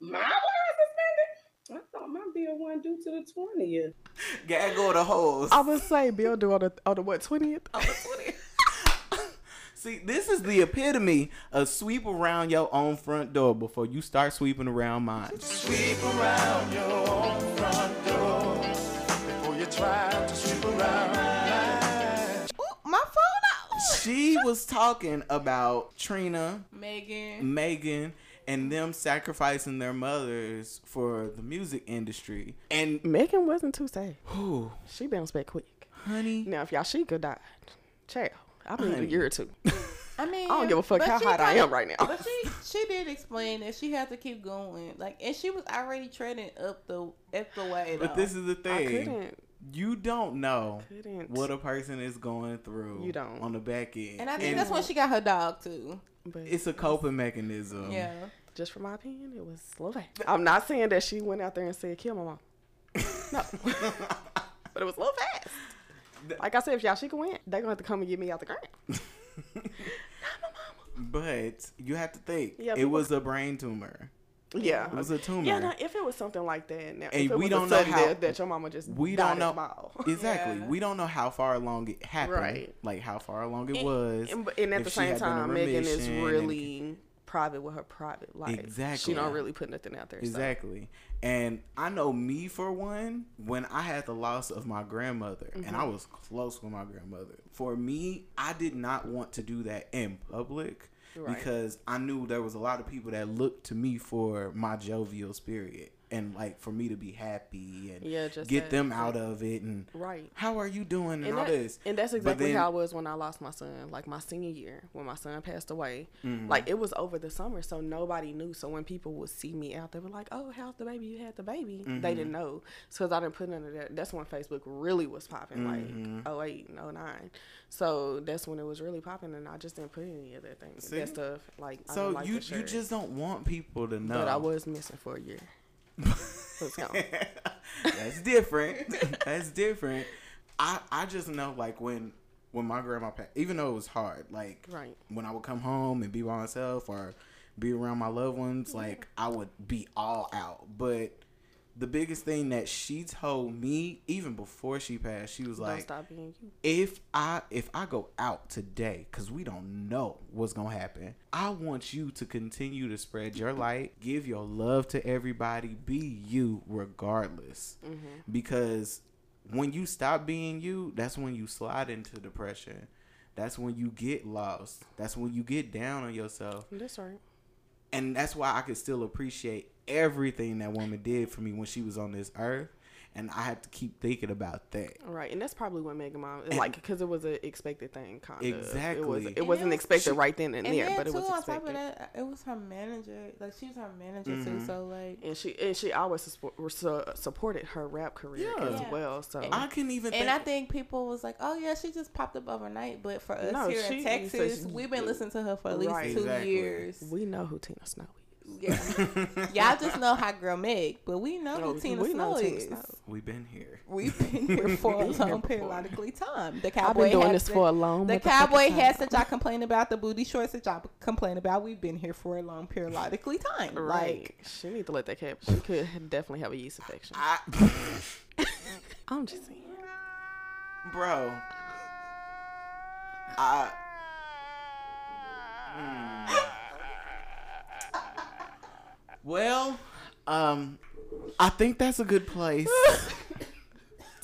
Speaker 9: My was suspended. I thought my bill wasn't due to the twentieth.
Speaker 1: Gag all the holes.
Speaker 3: I would say Bill do on the, on the what, 20th?
Speaker 1: See, this is the epitome of sweep around your own front door before you start sweeping around mine.
Speaker 10: Sweep around your own front door before you try to sweep around mine.
Speaker 4: Ooh, my phone out.
Speaker 1: She was talking about Trina
Speaker 3: Mm.
Speaker 4: Megan.
Speaker 1: Megan and them sacrificing their mothers for the music industry. And
Speaker 3: Megan wasn't too sad.
Speaker 1: whew,
Speaker 3: She bounced back quick.
Speaker 1: honey,
Speaker 3: Now, if y'all she could die, child, I believe a year or two.
Speaker 4: I mean,
Speaker 3: I don't give a fuck
Speaker 4: but
Speaker 3: how
Speaker 4: she
Speaker 3: hot I
Speaker 4: kinda-
Speaker 3: am right now.
Speaker 4: But she she did explain that she had to keep going, like, and she was already treading up the up the way.
Speaker 1: but
Speaker 4: though.
Speaker 1: this is the
Speaker 3: I
Speaker 1: thing.
Speaker 3: couldn't.
Speaker 1: You don't know
Speaker 3: Couldn't.
Speaker 1: what a person is going through.
Speaker 3: You don't.
Speaker 1: on the back end,
Speaker 4: and I think that's when she got her dog too.
Speaker 3: But
Speaker 1: it's a coping mechanism.
Speaker 4: Yeah,
Speaker 3: just from my opinion, it was Slovak. I'm not saying that she went out there and said, kill my mom. No. but it was a little fast. Like I said, if y'all she could win, they going to have to come and get me out the ground.
Speaker 1: But you have to think
Speaker 3: Yeah,
Speaker 1: it
Speaker 3: people-
Speaker 1: was a brain tumor.
Speaker 3: Yeah.
Speaker 1: It was a tumor.
Speaker 3: Yeah, no, if it was something like that, now,
Speaker 1: And
Speaker 3: if it
Speaker 1: we
Speaker 3: was
Speaker 1: don't
Speaker 3: a
Speaker 1: know
Speaker 3: sudden
Speaker 1: how-
Speaker 3: death that your mama just
Speaker 1: we
Speaker 3: died
Speaker 1: don't know
Speaker 3: at the mall.
Speaker 1: exactly.
Speaker 4: Yeah.
Speaker 1: We don't know how far along it happened,
Speaker 3: Right.
Speaker 1: Like how far along it
Speaker 3: And-
Speaker 1: was,
Speaker 3: And, but- and at
Speaker 1: if
Speaker 3: the
Speaker 1: she
Speaker 3: same
Speaker 1: had been in
Speaker 3: time, Megan is
Speaker 1: remission and-
Speaker 3: really private with her private life.
Speaker 1: Exactly.
Speaker 3: She don't really put nothing out there. so.
Speaker 1: Exactly. And I know me for one, when I had the loss of my grandmother, and
Speaker 3: Mm-hmm.
Speaker 1: I was close with my grandmother, for me, I did not want to do that in public
Speaker 3: Right.
Speaker 1: because I knew there was a lot of people that looked to me for my jovial spirit and like for me to be happy and
Speaker 3: Yeah, just
Speaker 1: get
Speaker 3: that-
Speaker 1: them out of it and
Speaker 3: Right.
Speaker 1: how are you doing and,
Speaker 3: And,
Speaker 1: all
Speaker 3: that-
Speaker 1: this.
Speaker 3: and that's
Speaker 1: But
Speaker 3: exactly
Speaker 1: then-
Speaker 3: how it was when I lost my son, like my senior year, when my son passed away.
Speaker 1: Mm-hmm.
Speaker 3: Like it was over the summer, so nobody knew. So when people would see me out, they were like, "Oh, how's the baby? You had the baby."
Speaker 1: Mm-hmm.
Speaker 3: They didn't know because I didn't put none of that. That's when Facebook really was popping,
Speaker 1: Mm-hmm.
Speaker 3: like oh eight, oh nine. So that's when it was really popping, and I just didn't put any of that thing,
Speaker 1: See?
Speaker 3: that stuff. Like I
Speaker 1: So
Speaker 3: didn't like
Speaker 1: you
Speaker 3: to share
Speaker 1: you
Speaker 3: it.
Speaker 1: just Um, don't want people to know.
Speaker 3: but I was missing for a year. Let's go.
Speaker 1: That's different. That's different. I I just know like when when my grandma passed, even though it was hard, like
Speaker 3: Right.
Speaker 1: when I would come home and be by myself or be around my loved ones, like I would be all out. But the biggest thing that she told me even before she passed, she was
Speaker 3: Don't
Speaker 1: like,
Speaker 3: stop being you.
Speaker 1: if I if I go out today, cause we don't know what's gonna happen, I want you to continue to spread your light, give your love to everybody, be you regardless,
Speaker 4: Mm-hmm.
Speaker 1: because when you stop being you, that's when you slide into depression. That's when you get lost. That's when you get down on yourself.
Speaker 3: That's right.
Speaker 1: And that's why I could still appreciate everything that woman did for me when she was on this earth. And I have to keep thinking about that.
Speaker 3: Right, and that's probably what Megan Mom like because it was an expected thing, kind of. It was.
Speaker 1: Exactly.
Speaker 3: It wasn't
Speaker 4: was-
Speaker 3: expected
Speaker 1: she-
Speaker 3: right then and,
Speaker 4: and
Speaker 3: there,
Speaker 4: then
Speaker 3: but it
Speaker 4: too
Speaker 3: was
Speaker 4: on top of
Speaker 3: expected.
Speaker 4: that, it was her manager. Like she was her manager too. So like,
Speaker 3: And she and she always su- su- supported her rap career
Speaker 1: Yeah.
Speaker 3: as
Speaker 1: Yeah.
Speaker 3: well. So
Speaker 1: I couldn't even.
Speaker 4: And I think people was like, "Oh yeah, she just popped up overnight." But for us
Speaker 3: No,
Speaker 4: here in
Speaker 3: she- she-
Speaker 4: Texas,
Speaker 3: she-
Speaker 4: we've been listening to her for at least
Speaker 3: Right.
Speaker 4: two
Speaker 1: Exactly.
Speaker 4: years.
Speaker 3: we know who Tina Snow is.
Speaker 4: Yeah. Y'all just know how girl Meg, but we know
Speaker 3: Oh,
Speaker 4: who Tina
Speaker 3: we
Speaker 4: Snow
Speaker 3: know Tina
Speaker 4: is.
Speaker 3: Snow.
Speaker 1: We've been here.
Speaker 4: We've been here for a
Speaker 3: Been here
Speaker 4: long
Speaker 3: before.
Speaker 4: periodically time. The
Speaker 3: I've
Speaker 4: cowboy
Speaker 3: been doing
Speaker 4: hat
Speaker 3: this
Speaker 4: that-
Speaker 3: for a long.
Speaker 4: The
Speaker 3: motherfucking
Speaker 4: cowboy
Speaker 3: time.
Speaker 4: hats that y'all complain about, the booty shorts that y'all complain about, we've been here for a long periodically time.
Speaker 3: Right. she need to let that cap. She could definitely have a yeast infection. I'm just saying.
Speaker 1: Bro. I. hmm. Well, um, I think that's a good place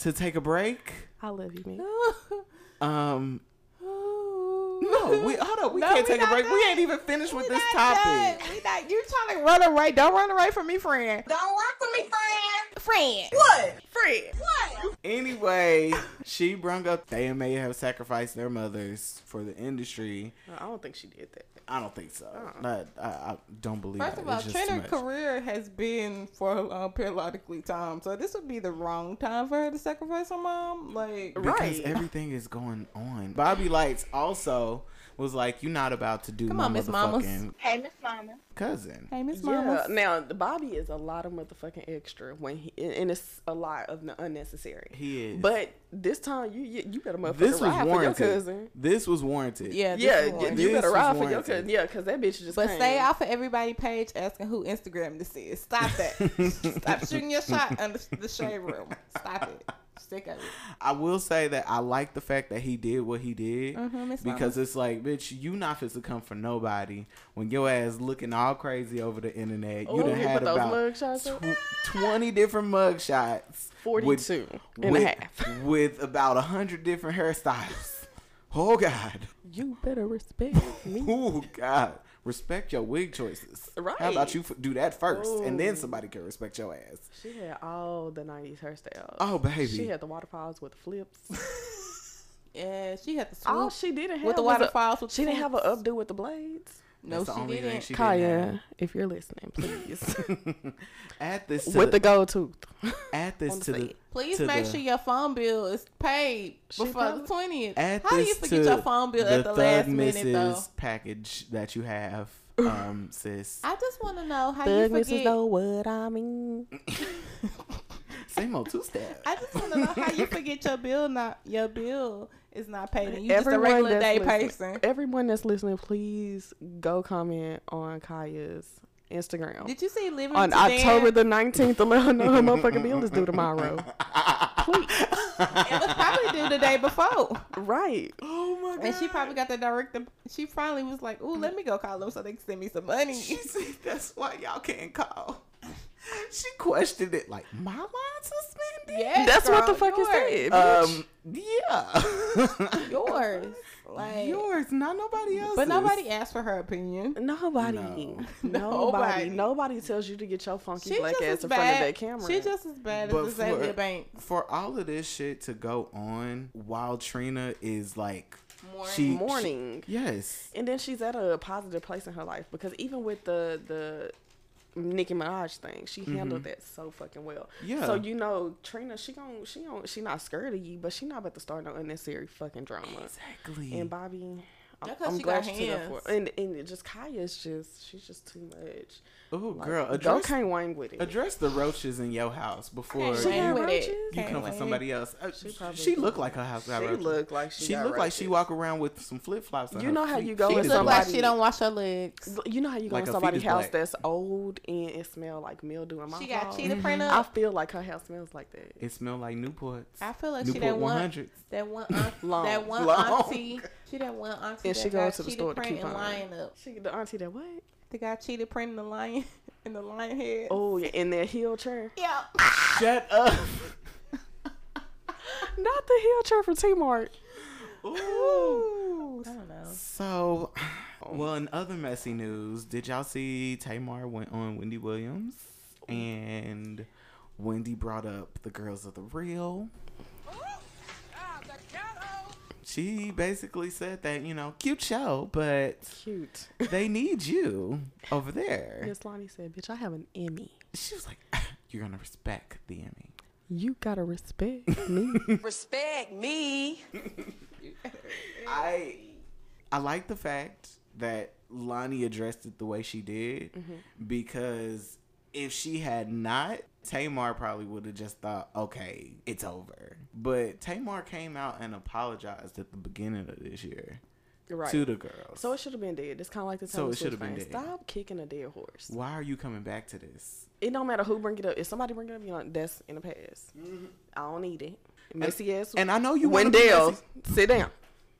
Speaker 1: to take a break.
Speaker 3: I love you, man.
Speaker 4: Like
Speaker 1: Um, no, we hold up. We can't
Speaker 4: we
Speaker 1: take a
Speaker 4: not
Speaker 1: break. We
Speaker 4: done.
Speaker 1: ain't even finished with this
Speaker 4: not
Speaker 1: topic.
Speaker 4: done. We not, you trying to run away. Don't run away from me, friend.
Speaker 5: Don't walk with me, friend.
Speaker 4: Friend. What? Friend.
Speaker 1: Anyway, she brung up they may have sacrificed their mothers for the industry.
Speaker 3: I don't think she did that.
Speaker 1: I don't think so. Not- I, I don't believe.
Speaker 4: Uh-uh. First
Speaker 1: that.
Speaker 4: of all,
Speaker 1: It's just too
Speaker 4: Trina's
Speaker 1: much.
Speaker 4: career has been for a long periodically time, so this would be the wrong time for her to sacrifice her mom. Like,
Speaker 1: because
Speaker 3: Right.
Speaker 1: everything is going on. Bobby Lights also was like, "You're not about to do
Speaker 4: Come
Speaker 1: my
Speaker 4: on, Miss Mamas."
Speaker 1: motherfucking
Speaker 5: Hey, Miss Mama.
Speaker 1: cousin."
Speaker 4: hey, Miss
Speaker 3: Yeah.
Speaker 4: Mama.
Speaker 3: Now Bobby is a lot of motherfucking extra when he and it's a lot of the unnecessary.
Speaker 1: He is.
Speaker 3: But this time you you, you better motherfucking
Speaker 1: this was
Speaker 3: ride for your
Speaker 1: warranted.
Speaker 3: cousin.
Speaker 1: This was warranted.
Speaker 4: Yeah, this
Speaker 3: Yeah,
Speaker 4: is
Speaker 3: you,
Speaker 4: one.
Speaker 1: This
Speaker 3: you better
Speaker 1: was
Speaker 3: ride for your
Speaker 1: warranted.
Speaker 3: cousin. Yeah, cause that bitch just.
Speaker 4: But
Speaker 3: came.
Speaker 4: stay off of everybody page asking who Instagram this is. Stop that. Stop shooting your shot under the shade room. Stop it. Stick up.
Speaker 1: I will say that I like the fact that he did what he did
Speaker 3: Mm-hmm,
Speaker 4: Mhm, Miss
Speaker 1: because it's like, bitch, you not fit to come for nobody when your ass looking all crazy over the internet. you
Speaker 3: Ooh,
Speaker 1: done
Speaker 3: he
Speaker 1: had
Speaker 3: put those
Speaker 1: about
Speaker 3: mug shots up?
Speaker 1: tw- twenty different mug shots, with-
Speaker 3: 42 and
Speaker 1: with,
Speaker 3: a half.
Speaker 1: with about hundred different hairstyles. Oh God.
Speaker 3: You better respect me.
Speaker 1: Oh God, respect your wig choices.
Speaker 3: Right.
Speaker 1: How about you f- do that first, and then
Speaker 3: Ooh.
Speaker 1: somebody can respect your ass.
Speaker 3: She had all the '90s hairstyles.
Speaker 1: Oh baby,
Speaker 3: She had the waterfalls with the flips.
Speaker 4: Yeah, she had the swoop.
Speaker 3: All she didn't have
Speaker 4: with the
Speaker 3: was a-
Speaker 4: waterfalls. with
Speaker 3: She didn't have an
Speaker 4: swoops.
Speaker 3: updo with the blades.
Speaker 4: No,
Speaker 1: That's the
Speaker 4: she
Speaker 1: only thing
Speaker 4: didn't.
Speaker 1: she didn't
Speaker 3: Kaya, if you're listening, please.
Speaker 1: have. Add this to
Speaker 3: with
Speaker 1: the,
Speaker 3: the gold tooth.
Speaker 1: add this
Speaker 3: the
Speaker 1: to the
Speaker 3: side.
Speaker 4: Please
Speaker 1: to
Speaker 4: make
Speaker 1: the-
Speaker 4: sure your phone bill is paid
Speaker 3: She
Speaker 4: before
Speaker 3: probably-
Speaker 4: the twentieth.
Speaker 1: add
Speaker 4: How do
Speaker 1: this
Speaker 4: you forget
Speaker 1: to
Speaker 4: your phone bill at the
Speaker 1: thug
Speaker 4: last minute
Speaker 1: missus
Speaker 4: though?
Speaker 1: package that you have, um, sis.
Speaker 4: I just want to know how
Speaker 3: Thug
Speaker 4: you
Speaker 3: misses
Speaker 4: forget.
Speaker 3: know what I mean.
Speaker 1: Same old two step.
Speaker 4: I just want to know how you forget your bill not your bill is not paid. And you
Speaker 3: Everyone
Speaker 4: just a regular
Speaker 3: that's
Speaker 4: day
Speaker 3: listening-
Speaker 4: person.
Speaker 3: Everyone that's listening, please go comment on Kaya's Instagram.
Speaker 4: Did you see living
Speaker 3: on
Speaker 4: to
Speaker 3: October
Speaker 4: Dance?
Speaker 3: the 19th, to let her know her motherfucking bill is due tomorrow. Please.
Speaker 4: It was probably due the day before.
Speaker 3: Right.
Speaker 1: Oh my God.
Speaker 4: And she probably got the director. She finally was like, "Ooh, let me go call them so they can send me some money."
Speaker 1: She said that's why y'all can't call. She questioned it like my line suspended.
Speaker 4: yes,
Speaker 3: That's what the
Speaker 4: girl,
Speaker 3: fuck
Speaker 4: yours,
Speaker 3: it said.
Speaker 1: Um. Yeah.
Speaker 4: Yours, like,
Speaker 1: Yours, not nobody else's.
Speaker 4: but nobody asked for her opinion.
Speaker 3: Um, Nobody,
Speaker 1: No.
Speaker 3: nobody,
Speaker 4: Nobody.
Speaker 3: nobody tells you to get your funky
Speaker 4: She
Speaker 3: black
Speaker 4: just
Speaker 3: ass
Speaker 4: as
Speaker 3: in front of
Speaker 4: bad.
Speaker 3: that camera.
Speaker 4: She just as bad
Speaker 1: But
Speaker 4: as Azalea
Speaker 1: for-
Speaker 4: Banks.
Speaker 1: For all of this shit to go on while Trina is like,
Speaker 4: Mourning.
Speaker 1: she
Speaker 3: morning.
Speaker 1: she- yes,
Speaker 3: and then she's at a positive place in her life because even with the the Nicki Minaj thing, she handled that so fucking well.
Speaker 1: Mm-hmm. Yeah.
Speaker 3: So you know, Trina, she gon' she gon' she not scared of you, but she not about to start no unnecessary fucking drama.
Speaker 1: exactly.
Speaker 3: And Bobby, I'm,
Speaker 4: That's 'cause
Speaker 3: I'm
Speaker 4: she
Speaker 3: glad
Speaker 4: got
Speaker 3: she took up for.
Speaker 4: hands.
Speaker 3: And and it just Kaya's just she's just too much.
Speaker 1: oh,
Speaker 3: Like,
Speaker 1: girl,
Speaker 3: y'all
Speaker 1: address
Speaker 3: can't wing with it.
Speaker 1: address the roaches in your house before
Speaker 4: She
Speaker 1: you,
Speaker 4: got
Speaker 3: you-
Speaker 4: roaches.
Speaker 3: you
Speaker 1: you
Speaker 4: Can't
Speaker 1: come for
Speaker 4: wait.
Speaker 1: somebody else. Uh,
Speaker 3: She
Speaker 1: She,
Speaker 3: probably-
Speaker 1: looked like her house got
Speaker 3: She
Speaker 1: roaches.
Speaker 3: looked like she.
Speaker 1: She
Speaker 3: got
Speaker 1: looked like she
Speaker 3: roaches.
Speaker 1: walk around with some flip flops.
Speaker 3: You know how you go
Speaker 4: She
Speaker 3: with
Speaker 4: look like
Speaker 3: somebody-
Speaker 4: she don't wash her legs.
Speaker 3: You know how you go
Speaker 1: Like
Speaker 3: to
Speaker 1: her feet
Speaker 3: somebody's
Speaker 1: is
Speaker 3: house
Speaker 1: black.
Speaker 3: that's old and it smell like mildew and my
Speaker 4: She got cheetah
Speaker 1: Mm-hmm.
Speaker 4: print
Speaker 3: I
Speaker 4: up.
Speaker 3: feel like her house smells like that.
Speaker 1: It smelled like Newports.
Speaker 4: I feel like she
Speaker 1: Newport
Speaker 4: that one,
Speaker 1: 100.
Speaker 4: that one, aunt,
Speaker 3: Long.
Speaker 4: that one
Speaker 1: Long.
Speaker 4: auntie. She that one auntie.
Speaker 3: And
Speaker 4: that
Speaker 3: she
Speaker 4: got
Speaker 3: goes to the
Speaker 4: cheetah
Speaker 3: store to
Speaker 4: print
Speaker 3: keep
Speaker 4: and
Speaker 3: on.
Speaker 4: lion up.
Speaker 3: She, the auntie that what?
Speaker 4: The guy cheated printing the lion in the lion head.
Speaker 3: Oh, yeah, in that heel chair.
Speaker 4: yeah.
Speaker 1: Shut up.
Speaker 3: Not the heel chair from T-Mart.
Speaker 4: I don't know.
Speaker 1: So, well, in other messy news, did y'all see Tamar went on Wendy Williams and Wendy brought up the girls of the real?
Speaker 6: Ah,
Speaker 1: She basically said that, you know, cute show, but
Speaker 3: Cute.
Speaker 1: they need you over there.
Speaker 3: Miss Lonnie said, bitch, I have an Emmy.
Speaker 1: She was like, you're going to respect the Emmy.
Speaker 3: You gotta respect me.
Speaker 2: Respect me.
Speaker 1: I I like the fact that Lonnie addressed it the way she did
Speaker 3: Mm-hmm.
Speaker 1: because if she had not, Tamar probably would have just thought, okay, it's over. But Tamar came out and apologized at the beginning of this year
Speaker 3: Right.
Speaker 1: to the girls.
Speaker 3: so it should have been dead. It's kind of like the
Speaker 1: So
Speaker 3: Taylor
Speaker 1: it should have
Speaker 3: Swift
Speaker 1: been
Speaker 3: thing.
Speaker 1: dead.
Speaker 3: Stop kicking a dead horse.
Speaker 1: Why are you coming back to this?
Speaker 3: It don't matter who bring it up. If somebody bring it up, you know that's in the past. I don't need it. Messy ass.
Speaker 1: Mm-hmm. and I know you wanna be
Speaker 3: Wendell,
Speaker 1: messy.
Speaker 3: sit down.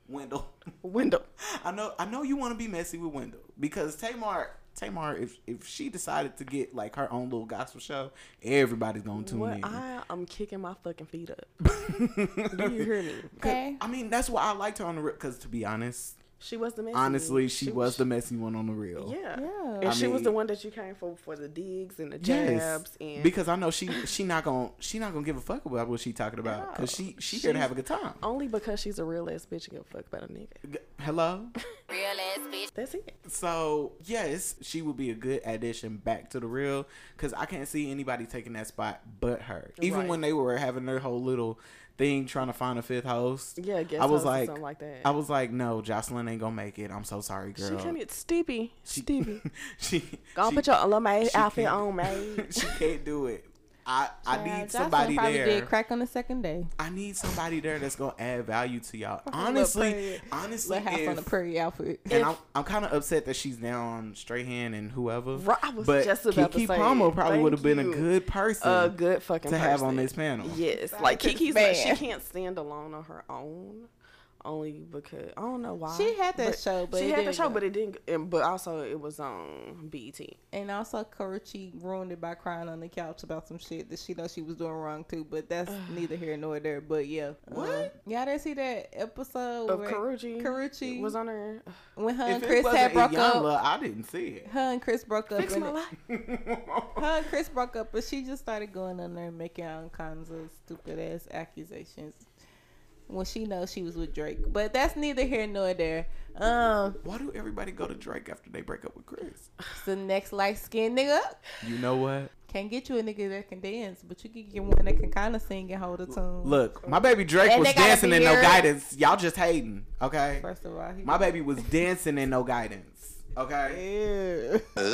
Speaker 1: Wendell.
Speaker 3: Wendell.
Speaker 1: I know I know you want to be messy with Wendell because Tamar Tamar if if she decided to get like her own little gospel show, everybody's going to tune
Speaker 3: Well,
Speaker 1: in.
Speaker 3: I am kicking my fucking feet up. Do you hear me?
Speaker 4: Okay.
Speaker 1: I mean, that's why I liked her on the real cuz to be honest,
Speaker 3: She was the messy.
Speaker 1: honestly, she was the messy one on the real.
Speaker 3: Yeah.
Speaker 4: Yeah.
Speaker 3: And
Speaker 1: I
Speaker 3: she was the
Speaker 1: mean-
Speaker 3: one that you came for for the digs and the
Speaker 1: Yes,
Speaker 3: jabs and
Speaker 1: because I know she she not gonna she not gonna give a fuck about what she talking about because she she here to have a good time.
Speaker 3: only because she's a real ass bitch and give a fuck about a nigga.
Speaker 1: G- Hello,
Speaker 3: That's it.
Speaker 1: so yes, she would be a good addition back to the real because I can't see anybody taking that spot but her. Even
Speaker 3: Right.
Speaker 1: when they were having their whole little thing trying to find a fifth host,
Speaker 3: Yeah, guest
Speaker 1: I was
Speaker 3: host or
Speaker 1: like,
Speaker 3: something like that.
Speaker 1: I was like, no, Jocelyn ain't gonna make it. I'm so sorry, girl.
Speaker 3: She came here Stevie. Stevie.
Speaker 1: she
Speaker 3: Go on,
Speaker 1: she-
Speaker 3: put your little maid
Speaker 1: she
Speaker 3: outfit
Speaker 1: can't-
Speaker 3: on, maid.
Speaker 1: she can't do it. I, I
Speaker 4: Yeah,
Speaker 1: need
Speaker 4: Uh, Jocelyn
Speaker 1: somebody
Speaker 4: probably
Speaker 1: there.
Speaker 4: did crack on the second day.
Speaker 1: I need somebody there that's gonna add value to y'all. Honestly,
Speaker 4: prairie-
Speaker 1: honestly,
Speaker 4: Like house
Speaker 1: if-
Speaker 4: on the prairie outfit.
Speaker 1: and I'm, I'm kind of upset that she's now on Strahan and whoever.
Speaker 3: Right, I was
Speaker 1: but
Speaker 3: just about to
Speaker 1: Kiki
Speaker 3: say,
Speaker 1: Palmer probably
Speaker 3: thank
Speaker 1: would have been a
Speaker 3: you.
Speaker 1: good person
Speaker 3: a good fucking
Speaker 1: to have on
Speaker 3: person.
Speaker 1: this panel.
Speaker 3: Yes, like Kiki's like, she
Speaker 4: bad.
Speaker 3: can't stand alone on her own, only because I don't know why
Speaker 4: She had that show, but
Speaker 3: she
Speaker 4: it
Speaker 3: had the
Speaker 4: didn't
Speaker 3: show,
Speaker 4: go.
Speaker 3: but it didn't. And, but also it was on E BET.
Speaker 4: And also, Karuchi ruined it by crying on the couch about some shit that she knows she was doing wrong too. But that's neither here nor there. But yeah, what? y'all didn't see that episode
Speaker 3: Of
Speaker 4: where
Speaker 3: Karuchi,
Speaker 4: Karuchi
Speaker 3: was on her.
Speaker 4: when her
Speaker 1: If
Speaker 4: and
Speaker 1: it
Speaker 4: Chris
Speaker 1: wasn't
Speaker 4: had broke up.
Speaker 1: Iyanla, I didn't see it.
Speaker 4: Her and Chris broke up.
Speaker 3: Fix
Speaker 4: And
Speaker 3: my
Speaker 4: her
Speaker 3: life.
Speaker 4: and Chris broke up, but she just started going on there and making all kinds of stupid ass accusations. When she knows she was with Drake, but that's neither here nor there. Um,
Speaker 1: Why do everybody go to Drake after they break up with Chris?
Speaker 4: it's the next light skinned nigga
Speaker 1: You know what?
Speaker 4: can't get you a nigga that can dance, but you can get one that can kind of sing and hold a tune.
Speaker 1: Look, my baby Drake
Speaker 4: And
Speaker 1: was
Speaker 4: they got a
Speaker 1: dancing in no
Speaker 4: beard.
Speaker 1: guidance. Y'all just hating, okay?
Speaker 4: First of all, he
Speaker 1: My baby was dancing in no guidance, okay?
Speaker 4: Ew.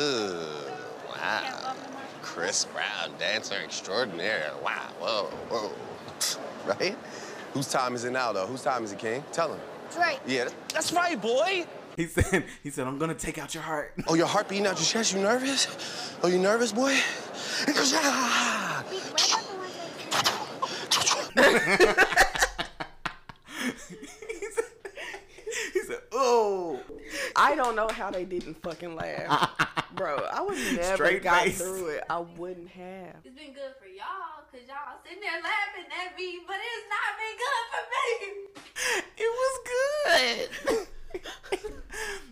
Speaker 10: Wow. Chris Brown, dancer extraordinaire. Wow. Whoa. Whoa. right? Whose time is it now, though? Whose time is it, King? Tell him.
Speaker 5: Right.
Speaker 10: Yeah, that- that's right, boy.
Speaker 1: He said, he said, I'm gonna take out your heart.
Speaker 10: Oh, your heart beating out your chest. You nervous? Oh, you nervous, boy? Ah!
Speaker 1: he said, he said, "Oh,
Speaker 3: I don't know how they didn't fucking laugh, bro. I would never
Speaker 1: Straight
Speaker 3: got
Speaker 1: face.
Speaker 3: through it. I wouldn't have.
Speaker 5: It's been good for y'all, cause y'all sitting there laughing at me, but it's not been good for me.
Speaker 1: it was good."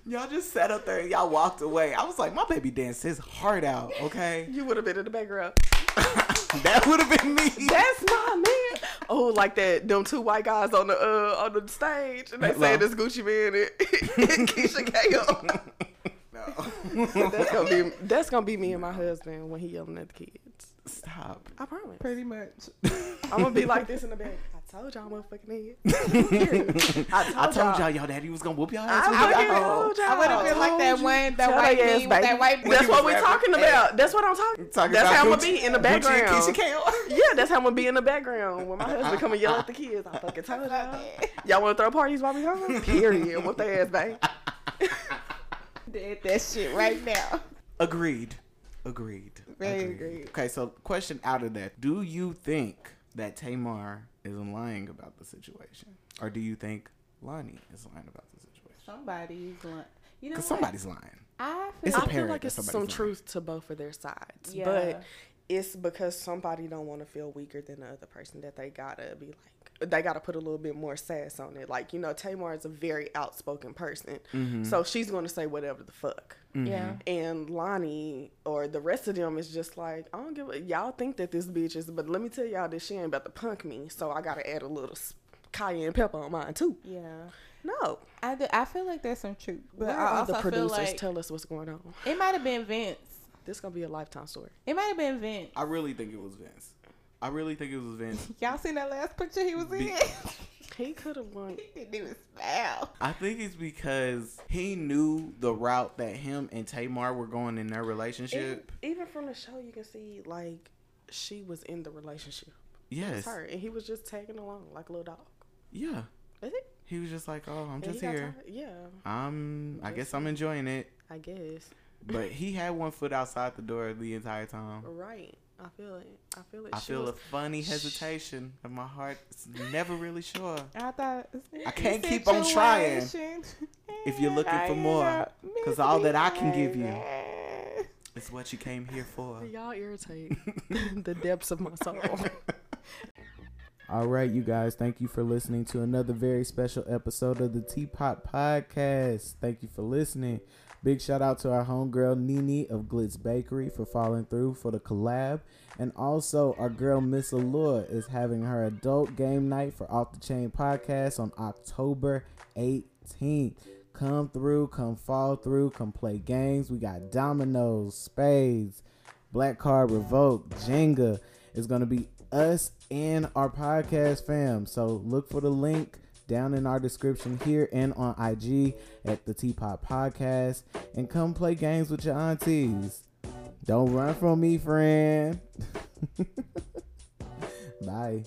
Speaker 1: y'all just sat up there and y'all walked away. I was like, "My baby danced his heart out." Okay,
Speaker 3: You would have been in the background.
Speaker 1: that would have been me.
Speaker 3: That's my man. Oh, like that them two white guys on the uh on the stage and they
Speaker 1: Hello.
Speaker 3: saying it's Gucci Man and, and Keisha Kale.
Speaker 1: no.
Speaker 3: that's gonna be that's gonna be me and my husband when he yelling at the kids.
Speaker 1: Stop.
Speaker 3: I promise.
Speaker 4: Pretty much.
Speaker 3: I'm gonna be like this in the back. I told y'all motherfucking niggas.
Speaker 1: I told, y'all, y'all daddy was gonna whoop y'all ass. with
Speaker 3: I
Speaker 1: y'all
Speaker 3: fucking
Speaker 1: alcohol.
Speaker 3: told y'all.
Speaker 4: I would have been like that one, that
Speaker 3: Tell
Speaker 4: white
Speaker 3: their ass,
Speaker 4: dude, with that
Speaker 3: baby.
Speaker 4: white boy.
Speaker 3: That's
Speaker 1: you
Speaker 3: what
Speaker 1: was
Speaker 3: we're
Speaker 1: rapping.
Speaker 3: talking about. That's what I'm talking.
Speaker 1: Talking
Speaker 3: that's
Speaker 1: about
Speaker 3: how I'm gonna
Speaker 1: Gucci-
Speaker 3: be in the
Speaker 1: Gucci and
Speaker 3: background.
Speaker 1: Keisha Cole.
Speaker 3: Yeah, that's how I'm gonna be in the background when my husband come and yell at the kids. I fucking told y'all. Y'all wanna throw parties while we home? Period. What they ass, babe?
Speaker 4: Did that shit right now.
Speaker 1: Agreed. Agreed.
Speaker 4: Very agreed.
Speaker 1: Okay, so question out of that: Do you think that Tamar is lying about the situation, or do you think Lonnie is lying about the situation?
Speaker 4: Somebody's lying. You know
Speaker 1: Because
Speaker 4: what?
Speaker 1: somebody's lying.
Speaker 4: I feel
Speaker 1: It's
Speaker 3: I feel
Speaker 1: apparent
Speaker 3: like
Speaker 1: that
Speaker 3: it's
Speaker 1: somebody's
Speaker 3: some
Speaker 1: lying.
Speaker 3: truth to both of their sides,
Speaker 4: Yeah.
Speaker 3: but it's because somebody don't want to feel weaker than the other person that they gotta be like they gotta put a little bit more sass on it. Like you know, Tamar is a very outspoken person, so she's gonna say whatever the fuck.
Speaker 4: yeah.
Speaker 3: And Lonnie or the rest of them is just like, I don't give a y'all think that this bitch is, but let me tell y'all that she ain't about to punk me, so I gotta add a little s- cayenne pepper on mine too.
Speaker 4: Yeah.
Speaker 3: No,
Speaker 4: I do. I feel like there's some truth, but
Speaker 3: Where
Speaker 4: I
Speaker 3: are
Speaker 4: also
Speaker 3: the producers
Speaker 4: feel like
Speaker 3: tell us what's going on.
Speaker 4: it might have been Vince.
Speaker 3: This gonna be a lifetime story.
Speaker 4: It might have been Vince.
Speaker 1: I really think it was Vince. I really think it was Vince.
Speaker 4: Y'all seen that last picture he was in?
Speaker 3: He could have won.
Speaker 4: Didn't even smile.
Speaker 1: I think it's because he knew the route that him and Tamar were going in their relationship.
Speaker 3: Even from the show, you can see like she was in the relationship.
Speaker 1: yes.
Speaker 3: It's her, and he was just tagging along like a little dog.
Speaker 1: Yeah.
Speaker 3: Is it?
Speaker 1: He was just like, "Oh, I'm
Speaker 3: And
Speaker 1: just
Speaker 3: he got
Speaker 1: here.
Speaker 3: tired. Yeah,
Speaker 1: I'm. I guess I'm enjoying it."
Speaker 3: I guess.
Speaker 1: But he had one foot outside the door the entire time.
Speaker 3: Right. I feel it. I feel it.
Speaker 1: I
Speaker 3: She
Speaker 1: feel
Speaker 3: was-
Speaker 1: a funny hesitation, and my heart's never really sure.
Speaker 4: I thought.
Speaker 1: I can't keep on trying if you're looking for more, because all that I can give you is what you came here for.
Speaker 3: Y'all irritate the depths of my soul.
Speaker 1: All right, you guys, thank you for listening to another very special episode of the Teapot Podcast. Thank you for listening. Big shout out to our homegirl Nini of Glitz Bakery for following through for the collab. And also, our girl Miss Allure is having her adult game night for Off the Chain Podcast on October 18th. Come through, come fall through, come play games. We got dominoes, spades, Black Card Revoke, Jenga is going to be us and our podcast fam. So look for the link down in our description here and on IG at the Teapot Podcast and come play games with your aunties. Don't run from me, friend. Bye.